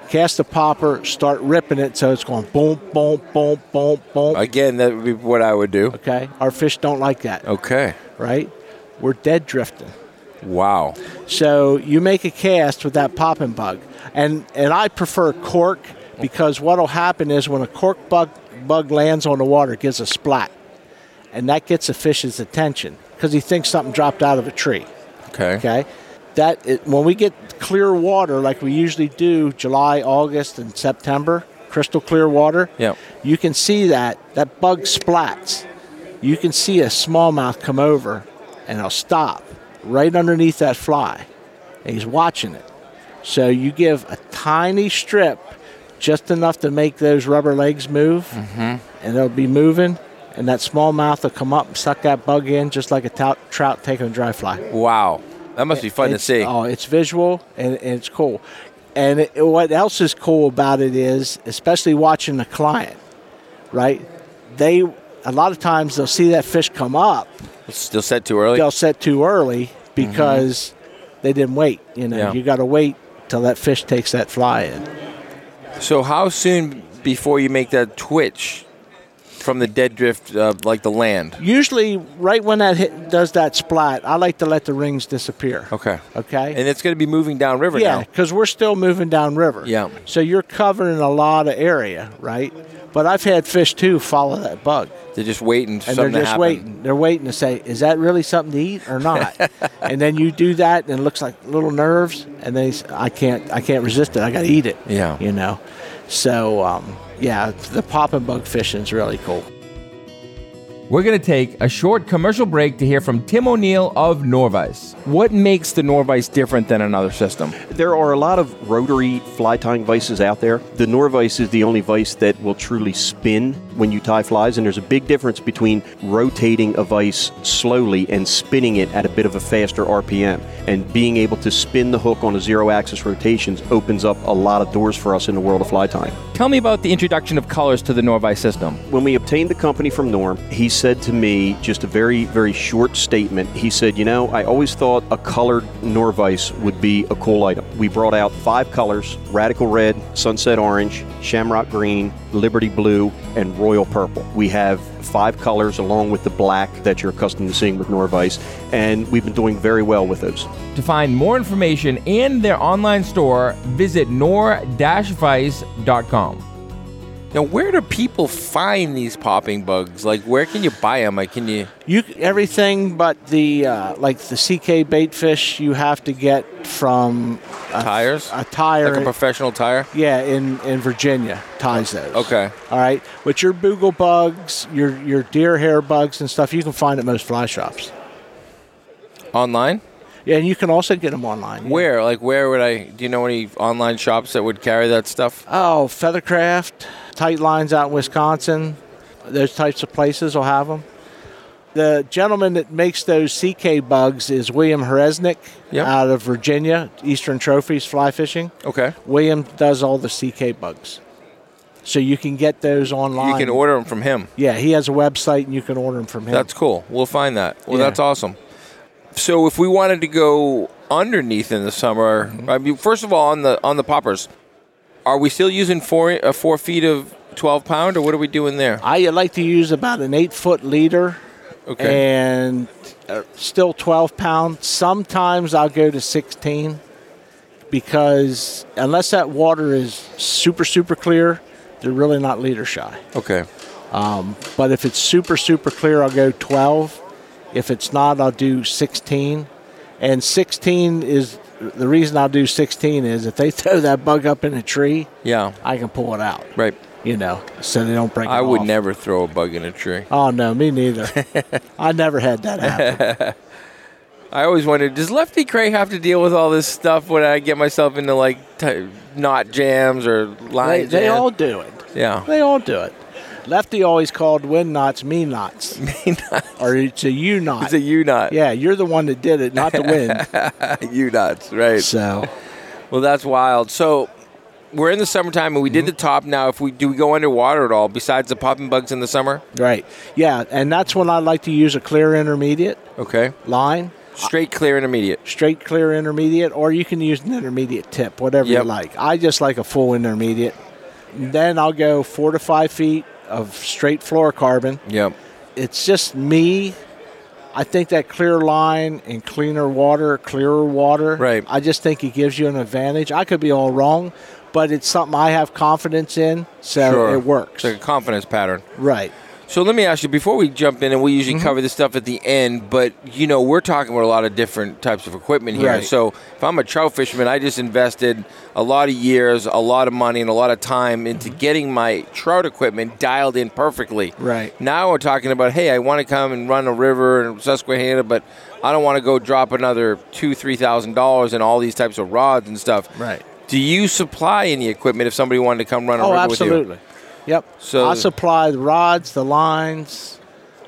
D: cast a popper, start ripping it, so it's going boom, boom, boom, boom, boom.
E: Again, that would be what I would do.
D: Okay, our fish don't like that
E: Okay.
D: right? We're dead drifting.
E: Wow.
D: So you make a cast with that popping bug, and and I prefer cork because what'll happen is when a cork bug bug lands on the water, it gives a splat, and that gets a fish's attention because he thinks something dropped out of a tree.
E: Okay.
D: Okay, that it, when we get clear water like we usually do, July, August, and September, crystal clear water.
E: Yep.
D: you can see that that bug splats. You can see a smallmouth come over, and he'll stop right underneath that fly, and he's watching it. So you give a tiny strip, just enough to make those rubber legs move, and they'll be moving. And that smallmouth will come up and suck that bug in just like a tout, trout taking a dry fly
E: Wow. That must be fun to
D: it's-
E: see.
D: Oh, it's visual and, and it's cool. And it, what else is cool about it is, especially watching the client, right? They a lot of times they'll see that fish come up,
E: It's Still set too early.
D: they'll set too early because they didn't wait. You know,
E: Mm-hmm. Yeah.
D: you got to wait till that fish takes that fly in.
E: So how soon before you make that twitch from the dead drift, uh, like the land?
D: Usually, right when that hit, does that splat, I like to let the rings disappear.
E: Okay.
D: Okay.
E: And it's going to be moving downriver
D: Yeah,
E: now.
D: because we're still moving downriver.
E: Yeah.
D: So you're covering a lot of area, right? But I've had fish too follow that bug,
E: They're just waiting for
D: and
E: something to
D: they're just
E: happen.
D: waiting. They're waiting to say, "Is that really something to eat or not?" and then you do that, and it looks like little nerves, and they, s- I can't, I can't resist it. I got to eat it.
E: Yeah.
D: You know, so um, yeah, the popping bug fishing is really cool.
C: We're going to take a short commercial break to hear from Tim O'Neill of Norvice.
E: What makes the Norvice different than another system?
F: There are a lot of rotary fly tying vices out there. The Norvice is the only vice that will truly spin when you tie flies, and there's a big difference between rotating a vice slowly and spinning it at a bit of a faster RPM. And being able to spin the hook on a zero axis rotations opens up a lot of doors for us in the world of fly tying.
E: Tell me about the introduction of colors to the Norvice system.
F: When we obtained the company from Norm, he said to me just a very, very short statement. He said, You know, I always thought a colored Norvice would be a cool item. We brought out five colors radical red, sunset orange, shamrock green, liberty blue, and royal purple. We have five colors along with the black that you're accustomed to seeing with Norvice, and we've been doing very well with those.
C: To find more information and their online store, visit nor-vice.com.
E: Now, where do people find these popping bugs? Like, where can you buy them? Like, can you?
D: You c- everything but the uh, like the CK bait fish you have to get from a,
E: Tires?
D: a tire
E: Like a professional tire?
D: Yeah, in, in Virginia, ties those.
E: Okay.
D: All right. But your boogle bugs, your your deer hair bugs and stuff, you can find at most fly shops.
E: Online?
D: Yeah, and you can also get them online.
E: Where? Like, where would I? Do you know any online shops that would carry that stuff?
D: Oh, Feathercraft, Tight Lines out in Wisconsin, those types of places will have them. The gentleman that makes those CK bugs is William Hereznik
E: Yep.
D: out of Virginia, Eastern Trophies Fly Fishing.
E: Okay.
D: William does all the CK bugs. So you can get those online.
E: You can order them from him.
D: Yeah, he has a website and you can order them from him.
E: That's cool. We'll find that. Well,
D: Yeah.
E: that's awesome. So if we wanted to go underneath in the summer,
D: Mm-hmm.
E: I mean, first of all, on the on the poppers, are we still using four uh, four feet of twelve pound, or what are we doing there?
D: I uh, like to use about an eight foot leader Eh.
E: Okay,
D: and uh, still 12 pounds. Sometimes I'll go to 16 because unless that water is super, super clear, they're really not leader shy.
E: okay,
D: But if it's super, super clear, I'll go 12. If it's not, I'll do 16. And 16 is the reason I'll do 16 is if they throw that bug up in a tree,
E: Yeah.
D: I can pull it out.
E: Right.
D: You know, so they don't break.
E: I
D: it
E: would
D: off.
E: never throw a bug in a tree.
D: Oh no, me neither. I never had that happen.
E: I always wondered, does Lefty Cray have to deal with all this stuff when I get myself into like t- knot jams or line
D: They,
E: jams?
D: they all do it.
E: yeah.
D: They all do it. Lefty always called wind knots me knots, or it's a you knot.
E: It's a U knot.
D: yeah, you're the one that did it, not the wind.
E: U knots, right?
D: so
E: Well, that's wild. So we're in the summertime and we did the top. Now, if we do we go underwater at all besides the popping bugs in the summer?
D: right, yeah, and that's when I like to use a clear intermediate
E: Okay.
D: line,
E: Straight, clear, intermediate.
D: straight clear intermediate, or you can use an intermediate tip, whatever
E: Yep.
D: you like. I just like a full intermediate. Then I'll go four to five feet of straight fluorocarbon.
E: Yep.
D: it's just me. I think that clear line and cleaner water, clearer water.
E: Right.
D: I just think it gives you an advantage. I could be all wrong, but it's something I have confidence in, so it
E: It's
D: works.
E: like a confidence pattern. Mm-hmm.
D: Right.
E: Uh, So let me ask you before we jump in, and we usually cover this stuff at the end, but you know we're talking about a lot of different types of equipment here.
D: Right.
E: So if I'm a trout fisherman, I just invested a lot of years, a lot of money, and a lot of time into getting my trout equipment dialed in perfectly.
D: Right.
E: Now we're talking about hey, I want to come and run a river in Susquehanna, but I don't want to go drop another two, three thousand dollars in all these types of rods and stuff.
D: Right.
E: Do you supply any equipment if somebody wanted to come run a
D: oh,
E: river with you?
D: absolutely. Yep.
E: So-
D: I supply the rods, the lines,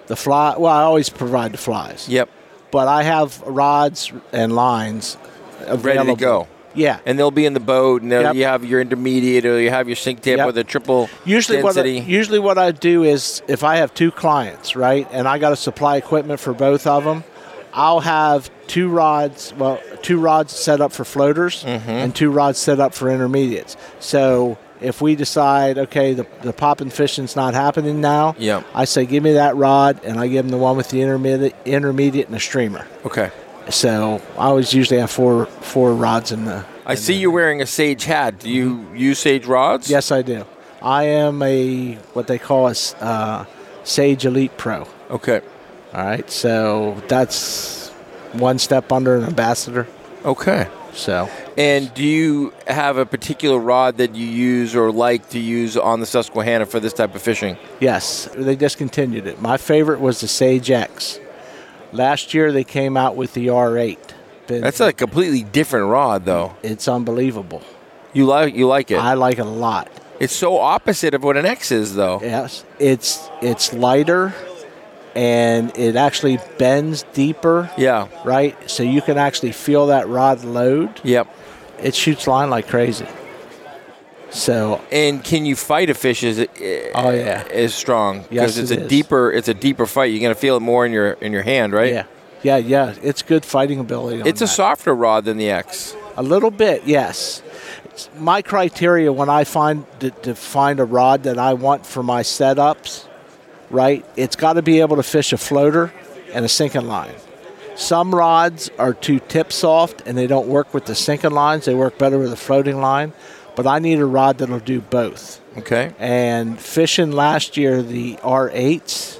D: the fly. Well, I always provide the flies.
E: Yep.
D: But I have rods and lines available.
E: Ready to go.
D: Yeah.
E: and they'll be in the boat, and they'll-
D: Yep.
E: you have your intermediate or you have your sink tip
D: Yep.
E: with a triple
D: Usually what, I,
E: density.
D: usually what I do is if I have two clients, right, and I got to supply equipment for both of them, I'll have two rods, well, two rods set up for floaters and two rods set up for intermediates. So if we decide, okay, the, the popping fishing's not happening now,
E: Yep.
D: I say, give me that rod, and I give them the one with the intermediate, intermediate and the streamer.
E: okay.
D: So I always usually have four four rods in the.
E: I see you're wearing a sage hat. Do you use sage rods?
D: Mm-hmm. Yes, I do. I am a what they call a s- uh, Sage Elite Pro.
E: Okay.
D: All right, so that's one step under an ambassador.
E: Okay.
D: So
E: And do you have a particular rod that you use or like to use on the Susquehanna for this type of fishing?
D: yes, they discontinued it. My favorite was the Sage X. Last year they came out with the R8. Been-
E: That's a completely different rod, though.
D: it's unbelievable.
E: You like you like it.
D: I like it a lot.
E: it's so opposite of what an X is, though.
D: Yes, it's it's lighter, and it actually bends deeper.
E: Yeah.
D: Right, so you can actually feel that rod load.
E: Yep.
D: It shoots line like crazy. So
E: And can you fight a fish as eh,
D: Oh, yeah.
E: as strong
D: Yes,
E: it's
D: it
E: a
D: is.
E: deeper it's a deeper fight. You're gonna feel it more in your in your hand, right?
D: yeah, yeah, yeah. It's good fighting ability. on
E: It's a
D: that.
E: softer rod than the X.
D: A little bit, yes. It's my criteria when I find to, to find a rod that I want for my setups, right? It's got to be able to fish a floater and a sinking line. Some rods are too tip soft and they don't work with the sinking lines. They work better with a floating line. But I need a rod that'll do both.
E: Okay.
D: And fishing last year, the R8s,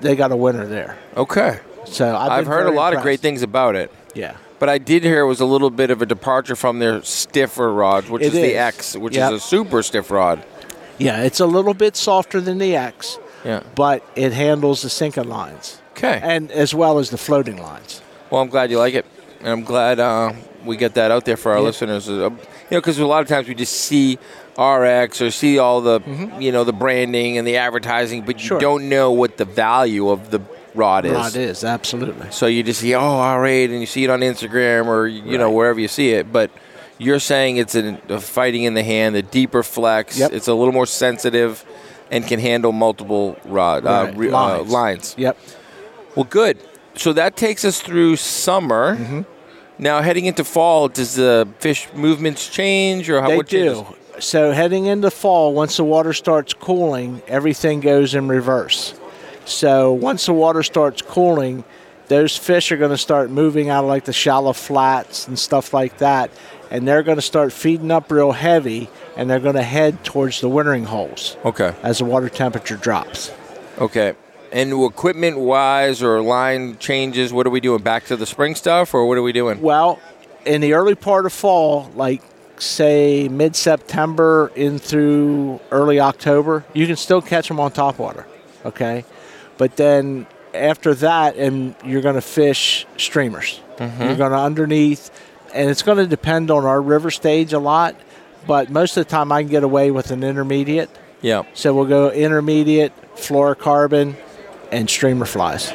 D: they got a winner there.
E: Okay.
D: So I've,
E: I've,
D: been
E: heard a
D: very
E: lot of
D: impressed.
E: great things about it.
D: Yeah.
E: But I did hear it was a little bit of a departure from their stiffer rod, which
D: It
E: is the
D: is.
E: X, which
D: Yep.
E: is a super stiff rod.
D: Yeah, it's a little bit softer than the X,
E: Yeah.
D: but it handles the sinking lines
E: Okay.
D: and as well as the floating lines.
E: Well, I'm glad you like it, and I'm glad uh, we get that out there for our listeners. Uh, you know, because a lot of times we just see RX or see all the you know the branding and the advertising, but you
D: Mm-hmm. Sure.
E: don't know what the value of the rod is.
D: Rod is absolutely
E: So you just see oh R8, and you see it on Instagram or you know wherever you see it, but. You're saying it's an, a fighting in the hand, the deeper flex.
D: Yep.
E: It's a little more sensitive, and can handle multiple rod uh,
D: Right.
E: re- uh, lines.
D: Yep.
E: Well, good. So that takes us through summer.
D: Mm-hmm.
E: Now, heading into fall, does the fish movements change or how
D: They
E: what changes?
D: do. So heading into fall, once the water starts cooling, everything goes in reverse. So once the water starts cooling, those fish are going to start moving out of like the shallow flats and stuff like that, and they're going to start feeding up real heavy, and they're going to head towards the wintering holes
E: Okay.
D: as the water temperature drops.
E: Okay. And equipment wise or line changes, what are we doing? Back to the spring stuff or what are we doing?
D: Well, in the early part of fall, like say mid September in through early October, you can still catch them on topwater. Okay. But then after that, and you're going to fish streamers. You're going to underneath, and it's going to depend on our river stage a lot. But most of the time, I can get away with an intermediate.
E: Yeah.
D: So we'll go intermediate, fluorocarbon, and streamer flies.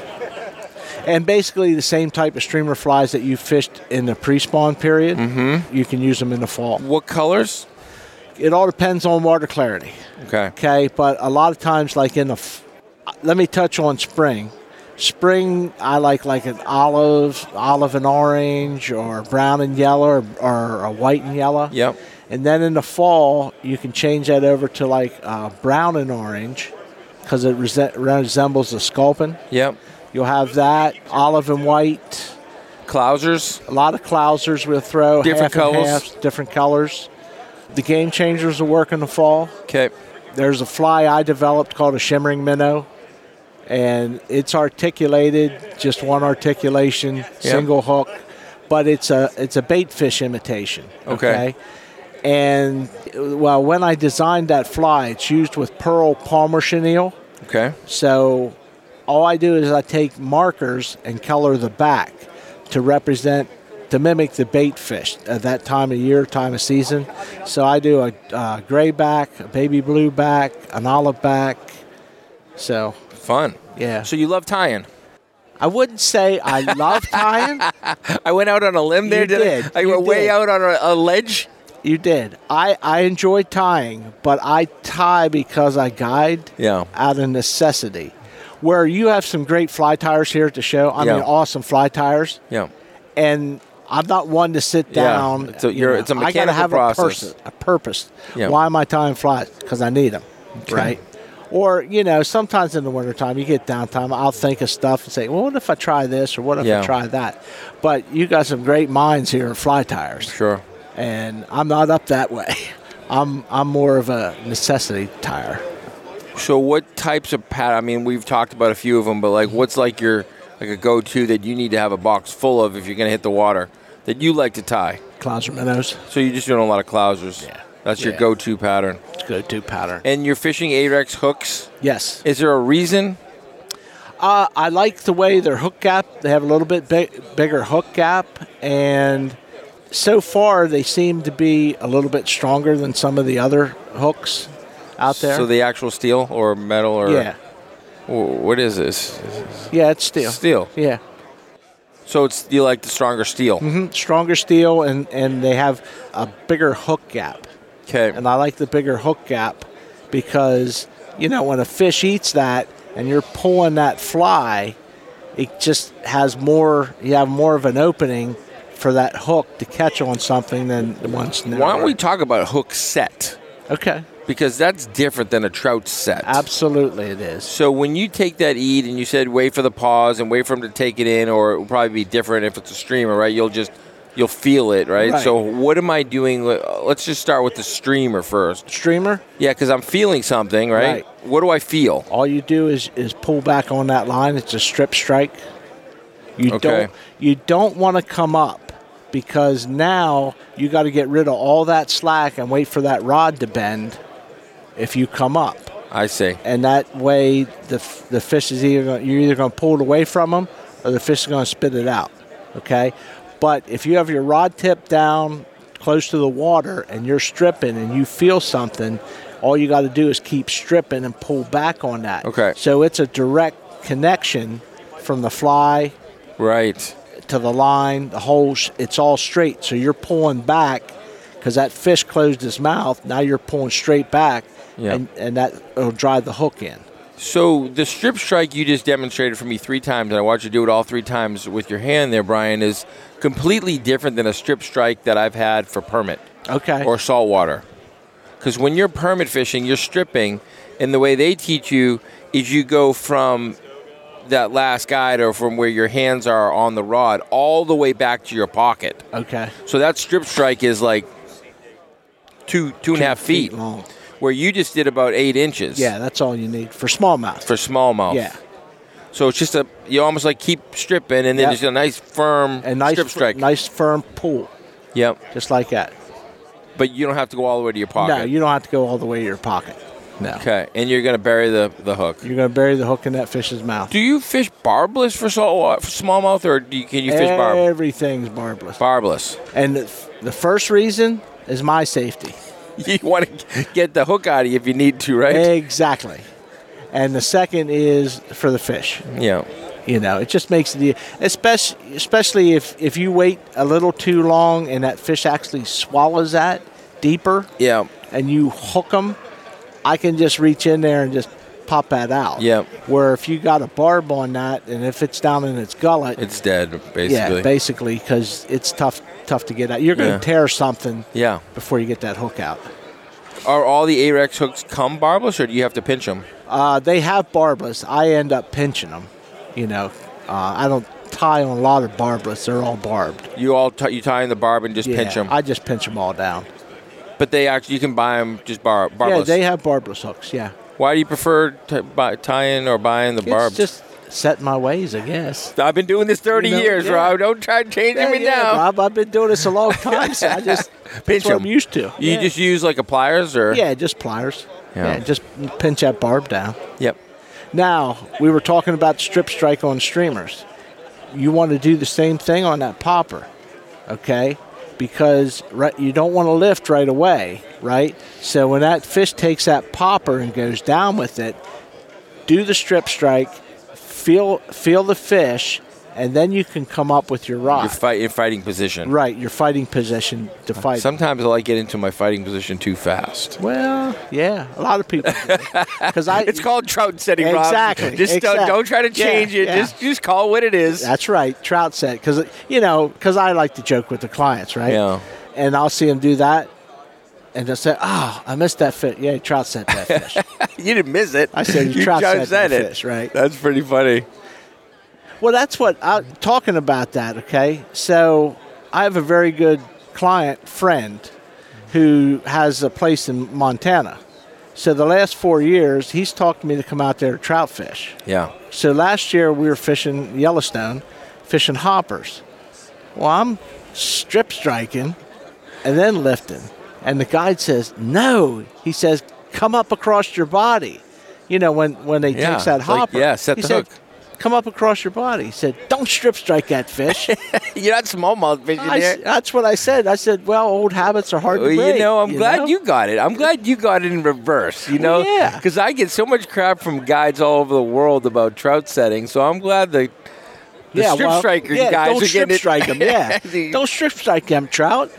D: And basically the same type of streamer flies that you fished in the pre-spawn period, mm-hmm. you can use them in the fall.
E: What colors?
D: It all depends on water clarity.
E: Okay.
D: Okay, but a lot of times, like in the, f- let me touch on spring. Spring, I like like an olive, olive and orange, or brown and yellow, or, or a white and yellow.
E: Yep.
D: And then in the fall, you can change that over to like uh, brown and orange, because it rese- resembles a sculpin.
E: Yep.
D: You'll have that olive and white.
E: Clousers.
D: A lot of clousers we'll throw
E: Different
D: half and
E: colors.
D: halves, different colors. The game changers will work in the fall
E: Okay.
D: there's a fly I developed called a shimmering minnow, and it's articulated, just one articulation, single hook, but it's a it's a bait fish imitation.
E: Okay.
D: And well, when I designed that fly, it's used with pearl palmer chenille.
E: Okay.
D: So all I do is I take markers and color the back to represent to mimic the bait fish at that time of year, time of season. So I do a uh, gray back, a baby blue back, an olive back. So
E: Fun.
D: yeah,
E: So you love tying.
D: I wouldn't say I love tying.
E: I went out on a limb there.
D: You
E: didn't
D: did.
E: I? I
D: You
E: went way
D: did.
E: out on a, a ledge.
D: you did. I I enjoy tying, but I tie because I guide.
E: Yeah.
D: out of necessity. Where you have some great fly tires here at the show. I
E: Yeah.
D: mean, awesome fly tires.
E: Yeah.
D: and I'm not one to sit
E: Yeah,
D: down.
E: it's a- you're- it's a
D: I gotta
E: mechanical
D: have
E: process.
D: a purpose. A purpose.
E: Yeah.
D: Why am I tying flies? Because I need them, right? Or you know, sometimes in the wintertime you get downtime. I'll think of stuff and say, "Well, what if I try this or what if
E: Yeah.
D: I try that?" But you got some great minds here in fly tires,
E: Sure.
D: and I'm not up that way. I'm I'm more of a necessity tire.
E: So what types of pat? I mean, we've talked about a few of them, but like, what's like your like a go-to that you need to have a box full of if you're gonna hit the water that you like to tie?
D: Clouser minnows,
E: So you're just doing a lot of clousers.
D: Yeah.
E: That's your
D: Yeah.
E: go-to pattern.
D: go-to pattern.
E: And you're fishing Arex hooks.
D: Yes.
E: Is there a reason?
D: Uh, I like the way their hook gap. They have a little bit big, bigger hook gap, and so far they seem to be a little bit stronger than some of the other hooks out there.
E: So the actual steel or metal or
D: yeah,
E: Wh- what is this?
D: yeah, it's steel.
E: Steel.
D: Yeah,
E: So it's you like the stronger steel.
D: Mhm. stronger steel, and and they have a bigger hook gap.
E: Okay.
D: And I like the bigger hook gap because you know when a fish eats that and you're pulling that fly, it just has more. You have more of an opening for that hook to catch on something than the one's narrow.
E: Why don't we talk about a hook set?
D: Okay,
E: Because that's different than a trout set.
D: absolutely it is.
E: So when you take that eat and you said wait for the pause and wait for him to take it in, or it will probably be different if it's a streamer, right? You'll just you'll feel it, right?
D: Right.
E: So what am I doing? Le- Let's just start with the streamer first.
D: Streamer,
E: Yeah, because I'm feeling something, right?
D: Right.
E: What do I feel?
D: all you do is is pull back on that line. It's a strip strike. You
E: Okay.
D: don't you don't want to come up because now you got to get rid of all that slack and wait for that rod to bend. If you come up,
E: I say.
D: and that way the f- the fish is either gonna, you're either going to pull it away from them or the fish is going to spit it out. Okay, but if you have your rod tip down close to the water and you're stripping and you feel something, all you got to do is keep stripping and pull back on that.
E: Okay.
D: So it's a direct connection from the fly
E: Right.
D: to the line, the holes, it's all straight. So you're pulling back because that fish closed his mouth. Now you're pulling straight back,
E: Yeah.
D: and, and that will drive the hook in.
E: So the strip strike you just demonstrated for me three times, and I watched you do it all three times with your hand there, Brian, is completely different than a strip strike that I've had for permit.
D: Okay.
E: or saltwater. Because when you're permit fishing, you're stripping, and the way they teach you is you go from that last guide or from where your hands are on the rod all the way back to your pocket.
D: okay.
E: So that strip strike is like two two and a half feet,
D: long.
E: where you just did about eight inches.
D: Yeah, that's all you need for smallmouth.
E: For smallmouth.
D: yeah,
E: So it's just a you almost like keep stripping and then
D: Yep.
E: just a nice firm
D: and nice,
E: strip strike.
D: nice firm pull.
E: Yep.
D: just like that.
E: But you don't have to go all the way to your pocket.
D: No, you don't have to go all the way to your pocket. No.
E: okay. And you're going to bury the, the hook.
D: You're going to bury the hook in that fish's mouth.
E: Do you fish barbless for, salt, uh, for smallmouth, or do you, can you
D: Eh.
E: fish barb?
D: Everything's barbless.
E: barbless?
D: And the, f- the first reason is my safety.
E: You want to get the hook out of you if you need to, right?
D: Eh. Exactly. And the second is for the fish.
E: Yeah.
D: You know, it just makes the especially especially if if you wait a little too long and that fish actually swallows that deeper
E: Yeah.
D: and you hook them, I can just reach in there and just pop that out.
E: Yep.
D: Where if you got a barb on that and if it's down in its gullet,
E: It's dead, basically.
D: yeah, basically because it's tough tough to get out. You're going to
E: Yeah.
D: tear something
E: Yeah.
D: before you get that hook out.
E: Are all the A-Rex hooks come barbless, or do you have to pinch them?
D: Uh, they have barbless. I end up pinching them. You know, uh, I don't tie on a lot of barbless. They're all barbed.
E: You all t- you tie in the barb and just
D: Yeah,
E: pinch them.
D: I just pinch them all down.
E: but they actually you can buy them just bar- barbless.
D: Yeah, they have barbless hooks. Yeah,
E: Why do you prefer t- buy, tying or buying the barb?
D: it's just set my ways, I guess.
E: I've been doing this 30
D: You know,
E: years,
D: yeah.
E: Rob. Don't try changing
D: Yeah,
E: me
D: yeah,
E: now.
D: Rob, I've been doing this a long time, so I just
E: Pinch
D: pinch what I'm
E: 'em.
D: used to.
E: You
D: yeah.
E: just use like a pliers or
D: yeah, just pliers.
E: Yeah.
D: yeah, just pinch that barb down.
E: Yep.
D: Now, we were talking about strip strike on streamers. You want to do the same thing on that popper, okay? Because right, you don't want to lift right away, right? So when that fish takes that popper and goes down with it, do the strip strike, feel feel the fish, and then you can come up with your
E: You're
D: rod.
E: fight in fighting position.
D: right, your fighting position to fight.
E: Sometimes I like get into my fighting position too fast.
D: well, yeah, a lot of people. Because I
E: It's called trout setting, Rob.
D: Exactly,
E: Just Don't,
D: exact-
E: don't try to
D: yeah,
E: change it.
D: yeah.
E: Just just call it what it is.
D: That's right, trout set. Because you know, because I like to joke with the clients, right?
E: Yeah.
D: And I'll see them do that, and they'll say, "Oh, I missed that fish." Yeah, trout set that fish.
E: you didn't miss it.
D: I said
E: you
D: trout
E: trout
D: set
E: set
D: the
E: it.
D: fish, right?
E: That's pretty funny.
D: well, that's what I'm talking about. That okay? So I have a very good client friend who has a place in Montana. So the last four years, he's talked me to come out there to trout fish.
E: Yeah.
D: So last year we were fishing Yellowstone, fishing hoppers. Well, I'm strip striking and then lifting. And the guide says, No. He says, Come up across your body. You know, when, when they
E: Yeah,
D: takes that
E: it's like,
D: hopper.
E: yeah, set
D: he
E: the
D: said,
E: hook.
D: Come up across your body. He said, Don't strip strike that fish.
E: You're not smallmouth fishing
D: I s-
E: there.
D: that's what I said. I said, Well, old habits are hard
E: Well,
D: to break.
E: you know, I'm glad
D: know?
E: you got it. I'm glad you got it in reverse. You know,
D: Well, yeah.
E: because I get so much crap from guides all over the world about trout setting. So I'm glad the the strip
D: well,
E: striker
D: yeah,
E: guys
D: don't
E: are
D: strip
E: getting
D: strike
E: it.
D: them. Yeah, don't strip strike them, trout.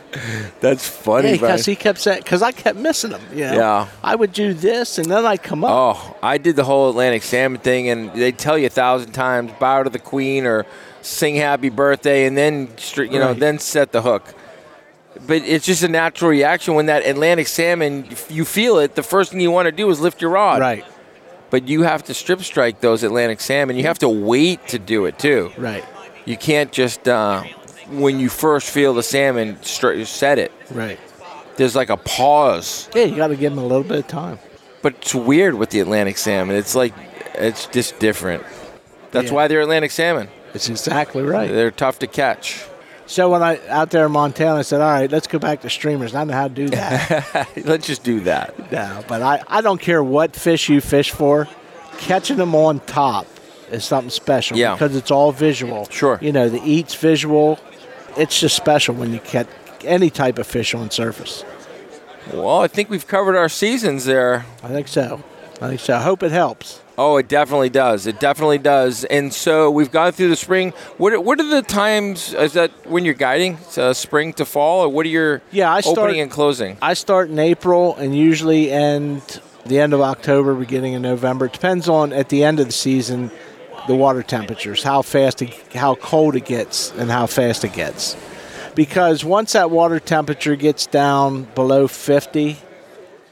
E: That's funny,
D: Yeah,
E: Brian.
D: because he kept saying, because I kept missing him. You know?
E: Yeah.
D: I would do this, and then I'd come up.
E: Oh, I did the whole Atlantic salmon thing, and they tell you a thousand times bow to the queen or sing happy birthday, and then str- you know
D: Right.
E: then set the hook. But it's just a natural reaction when that Atlantic salmon if you feel it. The first thing you want to do is lift your rod,
D: Right,
E: But you have to strip strike those Atlantic salmon. You have to wait to do it too.
D: right,
E: You can't just uh, when you first feel the salmon stri- set it.
D: right.
E: There's like a pause.
D: Yeah, you got to give him a little bit of time.
E: But it's weird with the Atlantic salmon. It's like it's just different. That's
D: Yeah.
E: why they're Atlantic salmon.
D: It's exactly right.
E: They're tough to catch.
D: So when I out there in Montana, I said, "All right, let's go back to streamers." And I know how to do that
E: Let's just do that.
D: now, but I, I don't care what fish you fish for, catching them on top is something special.
E: Yeah.
D: because it's all visual.
E: Sure.
D: you know the eat's visual. It's just special when you catch any type of fish on surface.
E: Well, I think we've covered our seasons there.
D: I think so. I think so. I hope it helps.
E: Oh, it definitely does. It definitely does. And so we've gone through the spring. What are, what are the times? Is that when you're guiding? It's, uh, spring to fall, or what are your
D: Yeah, I
E: opening
D: start-
E: and closing?
D: I start in April and usually end the end of October, beginning of November. It depends on at the end of the season the water temperatures, how fast, it, how cold it gets, and how fast it gets. Because once that water temperature gets down below 50,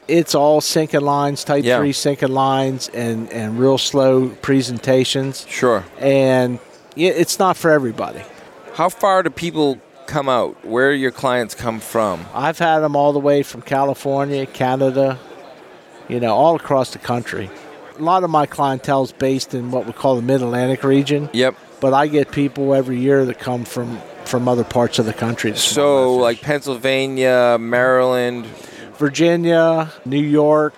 D: it's all sinking lines, type
E: Yeah.
D: three sinking lines, and and real slow presentations.
E: Sure.
D: And yeah, it's not for everybody.
E: How far do people come out? Where do your clients come from?
D: I've had them all the way from California, Canada, you know, all across the country. A lot of my clientele is based in what we call the Mid Atlantic region,
E: Yep.
D: but I get people every year that come from from other parts of the country. to
E: So,
D: smallmouth fish.
E: like Pennsylvania, Maryland,
D: Virginia, New York,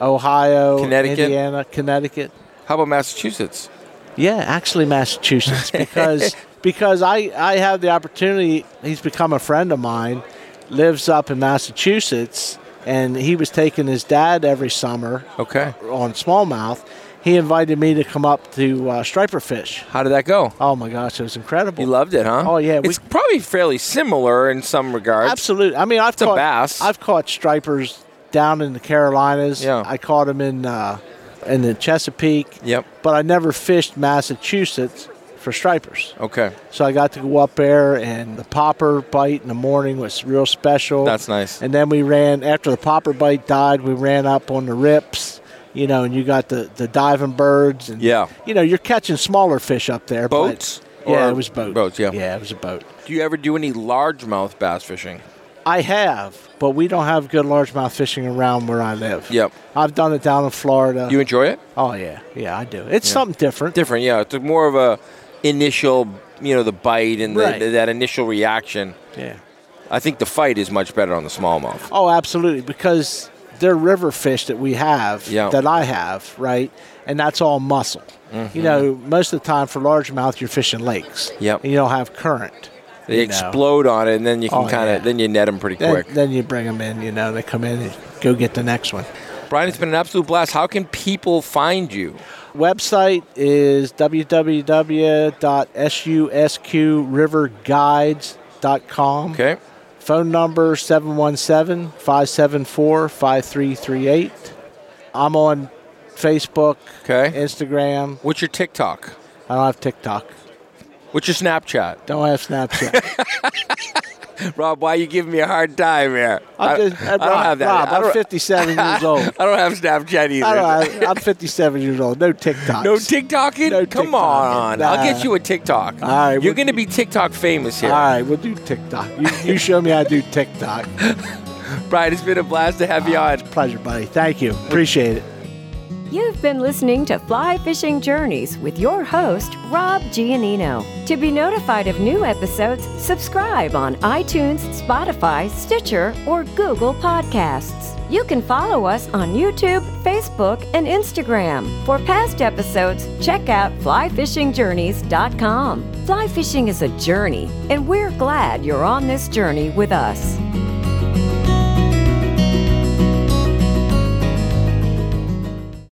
D: Ohio,
E: Connecticut?
D: Indiana, Connecticut.
E: how about Massachusetts?
D: Yeah, actually Massachusetts because because I I had the opportunity. He's become a friend of mine, lives up in Massachusetts, and he was taking his dad every summer
E: Okay.
D: on smallmouth. He invited me to come up to uh, striper fish.
E: How did that go?
D: Oh my gosh, it was incredible.
E: You loved it, huh?
D: Oh, yeah, we-
E: it's probably fairly similar in some regards.
D: Absolutely. I mean, I've
E: a
D: caught
E: bass.
D: I've caught stripers down in the Carolinas.
E: Yeah.
D: I caught them in uh, in the Chesapeake.
E: Yep.
D: But I never fished Massachusetts for stripers.
E: Okay,
D: So I got to go up there, and the popper bite in the morning was real special.
E: That's nice.
D: And then we ran after the popper bite died. We ran up on the rips, you know, and you got the the diving birds. And,
E: Yeah.
D: You know, you're catching smaller fish up there. but-
E: Boats
D: yeah,
E: or
D: it was boats.
E: boats, yeah.
D: Yeah, it was a boat.
E: do you ever do any largemouth bass fishing?
D: I have, but we don't have good largemouth fishing around where I live.
E: Yep.
D: I've done it down in Florida.
E: You enjoy it?
D: oh yeah, yeah, I do. It's something different.
E: Different, yeah. It's more of a initial, you know, the bite and the,
D: Right.
E: that initial reaction.
D: Yeah.
E: I think the fight is much better on the smallmouth.
D: Oh, absolutely, because they're river fish that we have,
E: Yeah.
D: that I have, right? And that's all muscle. You know, most of the time for largemouth, you're fishing lakes.
E: Mm-hmm. Yep.
D: And you don't have current.
E: They
D: you know.
E: explode on it, and then you can
D: Oh,
E: kind of
D: yeah.
E: then you net them pretty
D: Then,
E: quick.
D: then you bring them in, you know, they come in and go get the next one.
E: Brian, it's been an absolute blast. How can people find you?
D: Website is www.susqriverguides.com.
E: Okay,
D: Phone number 717 574 5338. I'm on Facebook,
E: Okay.
D: Instagram.
E: what's your TikTok?
D: I don't have TikTok.
E: What's your Snapchat?
D: Don't have Snapchat.
E: Rob, why you giving me a hard time here? I,
D: I'm just,
E: I don't have that.
D: Rob,
E: I,
D: I'm
E: don't,
D: 57 years old.
E: I don't have Snapchat either.
D: I don't have, I'm 57 years old. No TikTok.
E: No TikToking?
D: No
E: Come
D: TikToking.
E: on. I'll get
D: Nah.
E: you a TikTok.
D: All right,
E: You're
D: we'll-
E: going to be TikTok famous
D: All
E: here.
D: right, we'll do TikTok. You, you show me how to do TikTok.
E: Brian, it's been a blast to have you on.
D: Pleasure, buddy. Thank you. Appreciate it.
G: You've been listening to Fly Fishing Journeys with your host, Rob Giannino. To be notified of new episodes, subscribe on iTunes, Spotify, Stitcher, or Google Podcasts. You can follow us on YouTube, Facebook, and Instagram. For past episodes, check out flyfishingjourneys.com. Fly fishing is a journey, and we're glad you're on this journey with us.